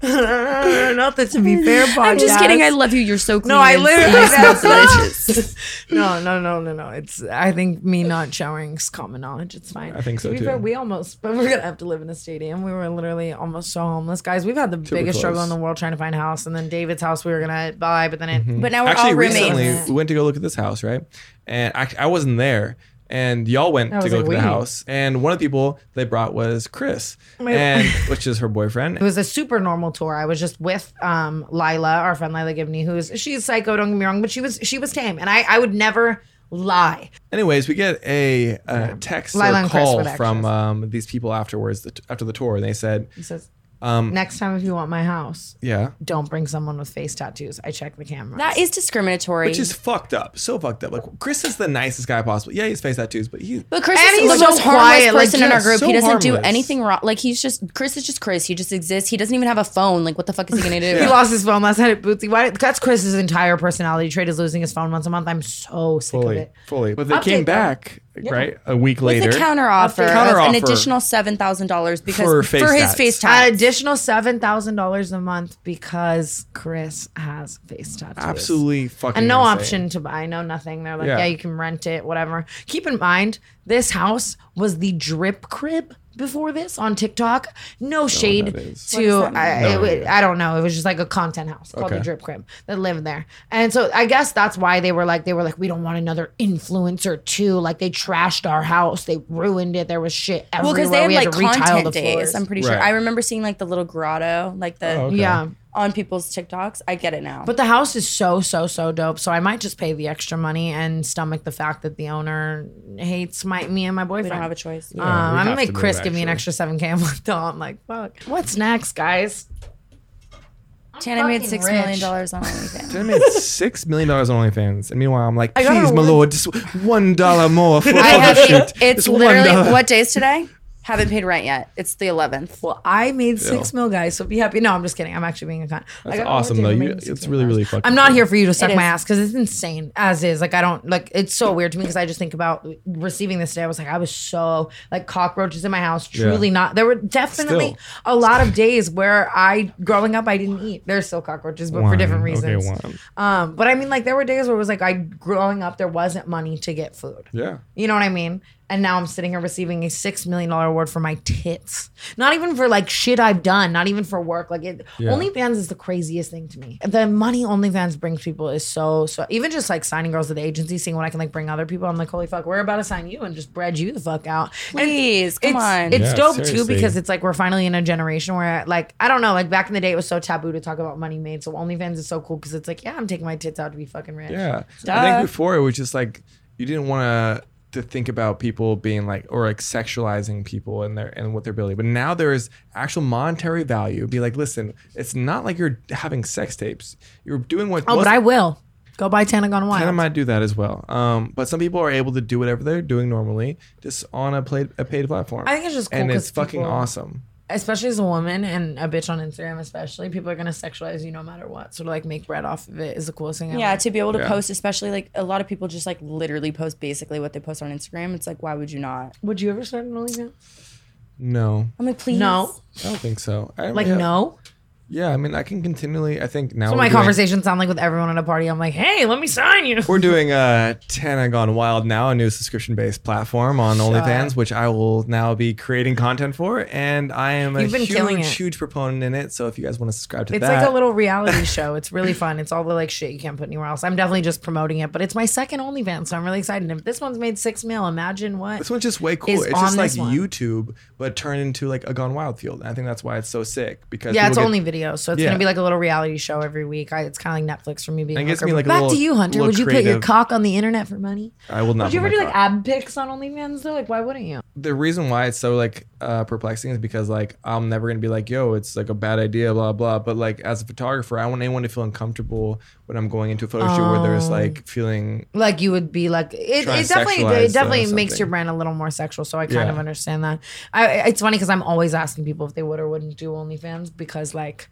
[SPEAKER 3] not that to be fair. Podcast.
[SPEAKER 8] I'm just kidding. I love you. You're so clean.
[SPEAKER 3] No, I
[SPEAKER 8] and
[SPEAKER 3] literally.
[SPEAKER 8] you smell
[SPEAKER 3] That's
[SPEAKER 8] delicious.
[SPEAKER 3] no, no, no, no, no. It's. I think me not showering's common knowledge. It's fine.
[SPEAKER 9] I think
[SPEAKER 3] To
[SPEAKER 9] so,
[SPEAKER 3] be fair,
[SPEAKER 9] too.
[SPEAKER 3] we almost, but we're gonna have to live in a stadium. We were literally almost so homeless, guys. We've had the biggest
[SPEAKER 9] close.
[SPEAKER 3] struggle in the world trying to find a house, and then David's house we were gonna buy, but then it.
[SPEAKER 8] But now we're
[SPEAKER 9] Actually,
[SPEAKER 8] all roommates.
[SPEAKER 9] recently we went to go look at this house, right? And I, I wasn't there, and y'all went
[SPEAKER 3] I
[SPEAKER 9] to
[SPEAKER 3] was
[SPEAKER 9] go
[SPEAKER 3] like,
[SPEAKER 9] look at
[SPEAKER 3] "Wait."
[SPEAKER 9] the house. And one of the people they brought was Chris,
[SPEAKER 3] Oh
[SPEAKER 9] and which is her boyfriend.
[SPEAKER 3] It was a super normal tour. I was just with um, Lila, our friend Lila Gibney, who's she's psycho. Don't get me wrong, but she was she was tame, and I I would never lie.
[SPEAKER 9] Anyways, we get a, uh text
[SPEAKER 3] Lila
[SPEAKER 9] or
[SPEAKER 3] and Chris were
[SPEAKER 9] call
[SPEAKER 3] the
[SPEAKER 9] from um, these people afterwards the t- after the tour, and they said,
[SPEAKER 3] He says,
[SPEAKER 9] um,
[SPEAKER 3] "Next time if you want my house,
[SPEAKER 9] "Yeah."
[SPEAKER 3] don't bring someone with face tattoos. I check the camera.
[SPEAKER 8] That is discriminatory.
[SPEAKER 9] Which is fucked up, so fucked up. Like Chris is the nicest guy possible. Yeah, he's face tattoos, but he
[SPEAKER 8] but Chris
[SPEAKER 3] And
[SPEAKER 8] is
[SPEAKER 3] he's
[SPEAKER 8] the
[SPEAKER 3] so
[SPEAKER 8] most harmless
[SPEAKER 3] quiet, like,
[SPEAKER 8] person in
[SPEAKER 9] yeah,
[SPEAKER 8] our group.
[SPEAKER 9] so
[SPEAKER 8] he doesn't do
[SPEAKER 9] harmless.
[SPEAKER 8] anything wrong. Like he's just Chris is just Chris. He just exists. He doesn't even have a phone. Like what the fuck is he gonna do?
[SPEAKER 3] He lost his phone last night at Bootsy. Why? That's Chris's entire personality trait is losing his phone once a month. I'm so sick of
[SPEAKER 9] fully,
[SPEAKER 3] it.
[SPEAKER 9] fully. But they came
[SPEAKER 3] Update
[SPEAKER 9] back right a week later.
[SPEAKER 8] It's a counter offer,
[SPEAKER 9] Counteroffer.
[SPEAKER 8] an additional seven thousand dollars because
[SPEAKER 9] For
[SPEAKER 8] for,
[SPEAKER 9] face
[SPEAKER 8] his
[SPEAKER 9] tats.
[SPEAKER 8] face
[SPEAKER 3] An
[SPEAKER 8] tats.
[SPEAKER 3] additional seven thousand dollars a month because Chris has face tattoos.
[SPEAKER 9] Absolutely fucking.
[SPEAKER 3] and no
[SPEAKER 9] insane.
[SPEAKER 3] option to buy, no nothing. They're like,
[SPEAKER 9] Yeah.
[SPEAKER 3] yeah. you can rent it, whatever. Keep in mind, this house was the drip crib before this on TikTok. No shade to I, it wa- I don't know. It was just like a content house called the Drip Crib that lived there, and so I guess that's why they were like they were like we don't want another influencer too. Like they trashed our house, they ruined it. There was shit
[SPEAKER 8] Well,
[SPEAKER 3] everywhere.
[SPEAKER 8] because they had
[SPEAKER 3] we
[SPEAKER 8] like
[SPEAKER 3] to retile
[SPEAKER 8] content
[SPEAKER 3] the
[SPEAKER 8] days.
[SPEAKER 3] floors.
[SPEAKER 8] I'm pretty sure.
[SPEAKER 9] Right. Oh,
[SPEAKER 8] I remember seeing like the little grotto, like the
[SPEAKER 9] okay.
[SPEAKER 3] yeah.
[SPEAKER 8] on people's TikToks. I get it now.
[SPEAKER 3] But the house is so so so dope. So I might just pay the extra money and stomach the fact that the owner hates my me and my boyfriend.
[SPEAKER 8] we don't have a choice.
[SPEAKER 3] Um, I'm
[SPEAKER 9] have
[SPEAKER 3] gonna
[SPEAKER 9] to
[SPEAKER 3] make
[SPEAKER 9] move,
[SPEAKER 3] Chris give me an
[SPEAKER 9] actually.
[SPEAKER 3] extra seven k a month. Though I'm like, fuck. What's next, guys?
[SPEAKER 8] Tana made
[SPEAKER 3] fucking
[SPEAKER 8] six
[SPEAKER 3] rich.
[SPEAKER 8] million dollars on OnlyFans.
[SPEAKER 9] I made six million dollars on OnlyFans, and meanwhile I'm like,
[SPEAKER 3] got
[SPEAKER 9] please,
[SPEAKER 3] a
[SPEAKER 9] my
[SPEAKER 3] one-
[SPEAKER 9] lord, just one dollar more for
[SPEAKER 8] I
[SPEAKER 9] other
[SPEAKER 8] have
[SPEAKER 9] shit.
[SPEAKER 8] it's
[SPEAKER 9] Oh, one
[SPEAKER 8] literally
[SPEAKER 9] dollar.
[SPEAKER 8] what day is today? Haven't paid rent yet. It's the eleventh.
[SPEAKER 3] Well, I made six mil, guys. So be happy. No, I'm just kidding. I'm actually being a con.
[SPEAKER 9] That's awesome though. You, it's really really fucking.
[SPEAKER 3] I'm not here for you to suck
[SPEAKER 8] is.
[SPEAKER 3] my ass because it's insane as is. Like I don't like it's so weird to me because I just think about receiving this day. I was like, I was so like cockroaches in my house. Truly not. There were definitely
[SPEAKER 9] Still.
[SPEAKER 3] a lot of days where I growing up I didn't eat. There's still cockroaches, but for
[SPEAKER 9] One.
[SPEAKER 3] different
[SPEAKER 9] Okay,
[SPEAKER 3] reasons.
[SPEAKER 9] one.
[SPEAKER 3] Um, but I mean, like there were days where it was like I growing up there wasn't money to get food.
[SPEAKER 9] Yeah.
[SPEAKER 3] You know what I mean? And now I'm sitting here receiving a six million dollar award for my tits. Not even for like shit I've done. Not even for work. Like it, OnlyFans is the craziest thing to me. The money OnlyFans brings people is so so. Even just like signing girls at the agency, seeing what I can like bring other people. I'm like, holy fuck, we're about to sign you and just bread you the fuck out. And
[SPEAKER 8] Please, come
[SPEAKER 3] it's,
[SPEAKER 8] on.
[SPEAKER 3] It's
[SPEAKER 9] Yeah,
[SPEAKER 3] dope too
[SPEAKER 9] seriously.
[SPEAKER 3] because it's like we're finally in a generation where like I don't know, like back in the day it was so taboo to talk about money made. So OnlyFans is so cool because it's like, yeah, I'm taking my tits out to be fucking rich.
[SPEAKER 9] Yeah. I
[SPEAKER 8] Duh.
[SPEAKER 9] think before it was just like you didn't want to to think about people being like or like sexualizing people and their and what they're building. But now there is actual monetary value. Be like, listen, it's not like you're having sex tapes. You're doing what
[SPEAKER 3] Oh, but
[SPEAKER 9] wasn't-
[SPEAKER 3] I will go buy Tana Gone Wild.
[SPEAKER 9] Kind of might do that as well. Um, but some people are able to do whatever they're doing normally just on a, play, a paid platform.
[SPEAKER 3] I think it's just cool
[SPEAKER 9] and
[SPEAKER 3] 'cause
[SPEAKER 9] it's fucking
[SPEAKER 3] people-
[SPEAKER 9] awesome.
[SPEAKER 3] especially as a woman and a bitch on Instagram, especially, people are gonna sexualize you no matter what. So to like make bread off of it is the coolest thing.
[SPEAKER 8] Yeah,
[SPEAKER 3] ever.
[SPEAKER 8] to be able to
[SPEAKER 9] Yeah.
[SPEAKER 8] post, especially like a lot of people just like literally post basically what they post on Instagram. It's like, why would you not?
[SPEAKER 3] Would you ever start an OnlyFans?
[SPEAKER 9] No,
[SPEAKER 8] I'm like, please.
[SPEAKER 3] No,
[SPEAKER 9] I don't think so. I,
[SPEAKER 3] like
[SPEAKER 9] yeah,
[SPEAKER 3] no.
[SPEAKER 9] Yeah, I mean, I can continually. I think now
[SPEAKER 3] So
[SPEAKER 9] we're
[SPEAKER 3] my
[SPEAKER 9] doing-
[SPEAKER 3] conversations sound like with everyone at a party. I'm like, hey, let me sign you.
[SPEAKER 9] We're doing uh, Tana Gone Wild now, a new subscription based platform on OnlyFans, which I will now be creating content for. And I am a
[SPEAKER 3] You've been killing
[SPEAKER 9] huge,
[SPEAKER 3] it.
[SPEAKER 9] huge proponent in it. So if you guys want to subscribe to
[SPEAKER 3] It's
[SPEAKER 9] that,
[SPEAKER 3] like a little reality show. It's really fun. It's all the like shit you can't put anywhere else. I'm definitely just promoting it, but it's my second OnlyFans, so I'm really excited. If this one's made six mil, imagine what
[SPEAKER 9] This one's just way cool.
[SPEAKER 3] is
[SPEAKER 9] It's just
[SPEAKER 3] on
[SPEAKER 9] like
[SPEAKER 3] this one.
[SPEAKER 9] YouTube, but turned into like a Gone Wild field. And I think that's why it's so sick because
[SPEAKER 3] Yeah,
[SPEAKER 9] people
[SPEAKER 3] it's
[SPEAKER 9] get-
[SPEAKER 3] only video, so it's
[SPEAKER 9] Yeah.
[SPEAKER 3] gonna be like a little reality show every week. I, it's kind of like Netflix for me being.
[SPEAKER 9] And it gets
[SPEAKER 3] a hooker.
[SPEAKER 9] me, like, a
[SPEAKER 3] But back
[SPEAKER 9] little-
[SPEAKER 3] to you, Hunter.
[SPEAKER 9] little
[SPEAKER 3] Would you put your
[SPEAKER 9] creative-
[SPEAKER 3] cock on the internet for money?
[SPEAKER 9] I will not.
[SPEAKER 3] Would you
[SPEAKER 9] put my
[SPEAKER 3] ever do like
[SPEAKER 9] cock-
[SPEAKER 3] ab pics on OnlyFans though? Like, why wouldn't you?
[SPEAKER 9] the reason why it's so like uh, perplexing is because like I'm never gonna be like, yo, it's like a bad idea, blah blah. But like as a photographer, I want anyone to feel uncomfortable when I'm going into a photo shoot where there's
[SPEAKER 3] Oh.
[SPEAKER 9] like feeling
[SPEAKER 3] Like, you would be like, it,
[SPEAKER 9] Try
[SPEAKER 3] it
[SPEAKER 9] and
[SPEAKER 3] definitely,
[SPEAKER 9] sexualize, uh,
[SPEAKER 3] it definitely makes
[SPEAKER 9] something.
[SPEAKER 3] your brand a little more sexual. So I kind
[SPEAKER 9] Yeah.
[SPEAKER 3] of understand that. I, it's funny because I'm always asking people if they would or wouldn't do OnlyFans because like.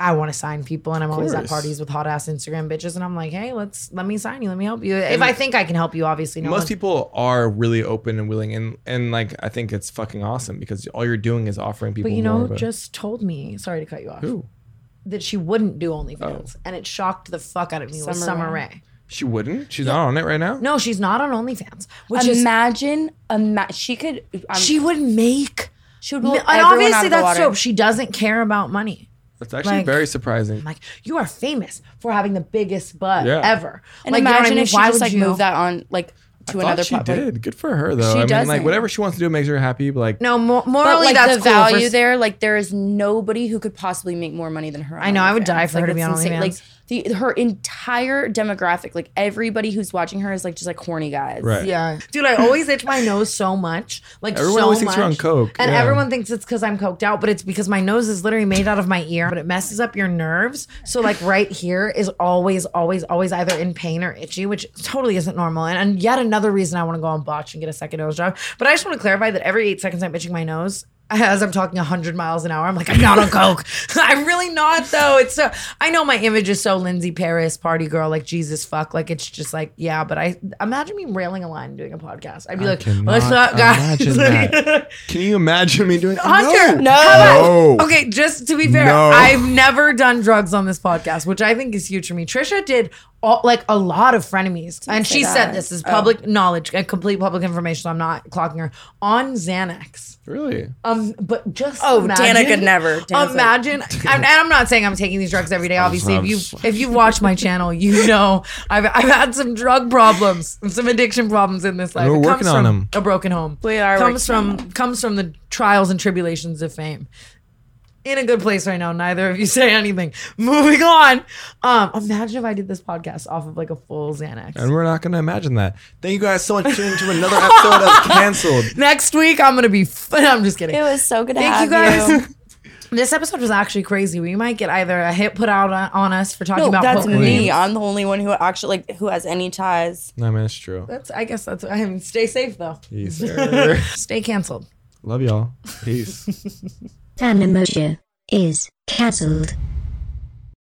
[SPEAKER 3] I want to sign people, and I'm always at
[SPEAKER 9] course.
[SPEAKER 3] parties with hot ass Instagram bitches, and I'm like, "Hey, let's let me sign you, let me help you. If I think I can help you, obviously, no
[SPEAKER 9] most
[SPEAKER 3] one-
[SPEAKER 9] people are really open and willing and and like I think it's fucking awesome because all you're doing is offering people.
[SPEAKER 3] But you
[SPEAKER 9] more
[SPEAKER 3] know,
[SPEAKER 9] of a-
[SPEAKER 3] who just told me. Sorry to cut you off.
[SPEAKER 9] Who? Oh.
[SPEAKER 3] That she wouldn't do OnlyFans, and it shocked the fuck out of me. with
[SPEAKER 8] Summer
[SPEAKER 3] Summer
[SPEAKER 8] Rae.
[SPEAKER 3] Rae.
[SPEAKER 9] she wouldn't. She's not on it right now.
[SPEAKER 3] No, she's not on OnlyFans, which is
[SPEAKER 8] Imagine, ima- she could. I'm,
[SPEAKER 3] she would make
[SPEAKER 8] She would blow
[SPEAKER 3] and
[SPEAKER 8] everyone
[SPEAKER 3] obviously
[SPEAKER 8] out of the
[SPEAKER 3] that's
[SPEAKER 8] water.
[SPEAKER 3] dope. She doesn't care about money.
[SPEAKER 9] That's actually
[SPEAKER 3] Like-
[SPEAKER 9] very surprising.
[SPEAKER 3] Like you are famous for having the biggest butt
[SPEAKER 9] Yeah.
[SPEAKER 3] ever.
[SPEAKER 8] And
[SPEAKER 3] like, you know what I
[SPEAKER 8] imagine
[SPEAKER 3] mean?
[SPEAKER 8] if she
[SPEAKER 3] Why
[SPEAKER 8] just
[SPEAKER 3] would
[SPEAKER 8] like
[SPEAKER 3] you-
[SPEAKER 8] moved that on like to
[SPEAKER 9] Thought
[SPEAKER 8] another
[SPEAKER 9] she
[SPEAKER 8] platform.
[SPEAKER 9] did. Good for her though. I
[SPEAKER 8] She
[SPEAKER 9] mean,
[SPEAKER 8] doesn't.
[SPEAKER 9] like whatever she wants to do makes her happy. But like,
[SPEAKER 3] No, mo-
[SPEAKER 8] But
[SPEAKER 3] morally
[SPEAKER 8] like
[SPEAKER 3] that's
[SPEAKER 8] the
[SPEAKER 3] cool
[SPEAKER 8] value
[SPEAKER 3] for-
[SPEAKER 8] there, like there is nobody who could possibly make more money than her. on
[SPEAKER 3] I know, I would
[SPEAKER 8] OnlyFans.
[SPEAKER 3] die for
[SPEAKER 8] Like,
[SPEAKER 3] her to be
[SPEAKER 8] that's
[SPEAKER 3] on
[SPEAKER 8] insane. Like
[SPEAKER 3] OnlyFans.
[SPEAKER 8] the her entire demographic, like everybody who's watching her is like just like horny guys.
[SPEAKER 9] Right.
[SPEAKER 3] Yeah, dude, I always itch my nose so much. Like
[SPEAKER 9] Everyone
[SPEAKER 3] so
[SPEAKER 9] always thinks you're on
[SPEAKER 3] much.
[SPEAKER 9] coke,
[SPEAKER 3] and
[SPEAKER 9] yeah.
[SPEAKER 3] everyone thinks it's because I'm coked out, but it's because my nose is literally made out of my ear, but it messes up your nerves. So like right here is always, always, always either in pain or itchy, which totally isn't normal. And, and yet another reason I want to go on botch and get a second nose job. But I just want to clarify that every eight seconds I'm itching my nose. As I'm talking 100 miles an hour, I'm like, I'm not on coke. I'm really not though. It's so I know my image is so Lindsay Paris party girl, like Jesus fuck, like it's just like yeah. But I imagine me railing a line and doing a podcast. I'd be like, what's
[SPEAKER 9] cannot
[SPEAKER 3] up, guys?
[SPEAKER 9] imagine
[SPEAKER 3] Like-
[SPEAKER 9] that. Can you imagine me doing?
[SPEAKER 3] Hunter,
[SPEAKER 9] No.
[SPEAKER 3] how
[SPEAKER 9] No.
[SPEAKER 3] about- Okay, just to be fair,
[SPEAKER 9] No.
[SPEAKER 3] I've never done drugs on this podcast, which I think is huge for me. Trisha did all, like a lot of frenemies, and
[SPEAKER 8] say
[SPEAKER 3] she said
[SPEAKER 8] that.
[SPEAKER 3] this is public knowledge and complete public information. So I'm not clocking her on Xanax.
[SPEAKER 9] Really?
[SPEAKER 3] Um, but just
[SPEAKER 8] Oh,
[SPEAKER 3] imagine,
[SPEAKER 8] Danica never. Danica's like-
[SPEAKER 3] imagine, and, and I'm not saying I'm taking these drugs every day. Obviously, if you
[SPEAKER 9] sounds-
[SPEAKER 3] if you watch my channel, you know I've I've had some drug problems, and some addiction problems in this life.
[SPEAKER 9] we're
[SPEAKER 3] It
[SPEAKER 9] working
[SPEAKER 3] comes
[SPEAKER 9] on
[SPEAKER 3] from
[SPEAKER 9] 'em.
[SPEAKER 3] A broken home.
[SPEAKER 8] We are
[SPEAKER 3] comes
[SPEAKER 8] working on
[SPEAKER 3] from comes from the trials and tribulations of fame. In a good place right now. Neither of you say anything. Moving on. Um, imagine if I did this podcast off of like a full Xanax.
[SPEAKER 9] And we're not going to imagine that. Thank you guys so much for tuning to another episode of Cancelled.
[SPEAKER 3] Next week, I'm gonna be. F- I'm just kidding.
[SPEAKER 8] It was so good to
[SPEAKER 3] Thank you
[SPEAKER 8] have
[SPEAKER 3] guys. This episode was actually crazy. We might get either a hit put out on, on us for talking
[SPEAKER 8] No,
[SPEAKER 3] about
[SPEAKER 8] that's
[SPEAKER 3] poker
[SPEAKER 8] me.
[SPEAKER 3] games.
[SPEAKER 8] I'm the only one who actually like who has any ties.
[SPEAKER 9] No, man, it's true.
[SPEAKER 3] That's. I guess that's. I mean, stay safe though.
[SPEAKER 9] Peace. sir.
[SPEAKER 3] Stay canceled.
[SPEAKER 9] Love y'all. Peace.
[SPEAKER 7] Animosia is cancelled.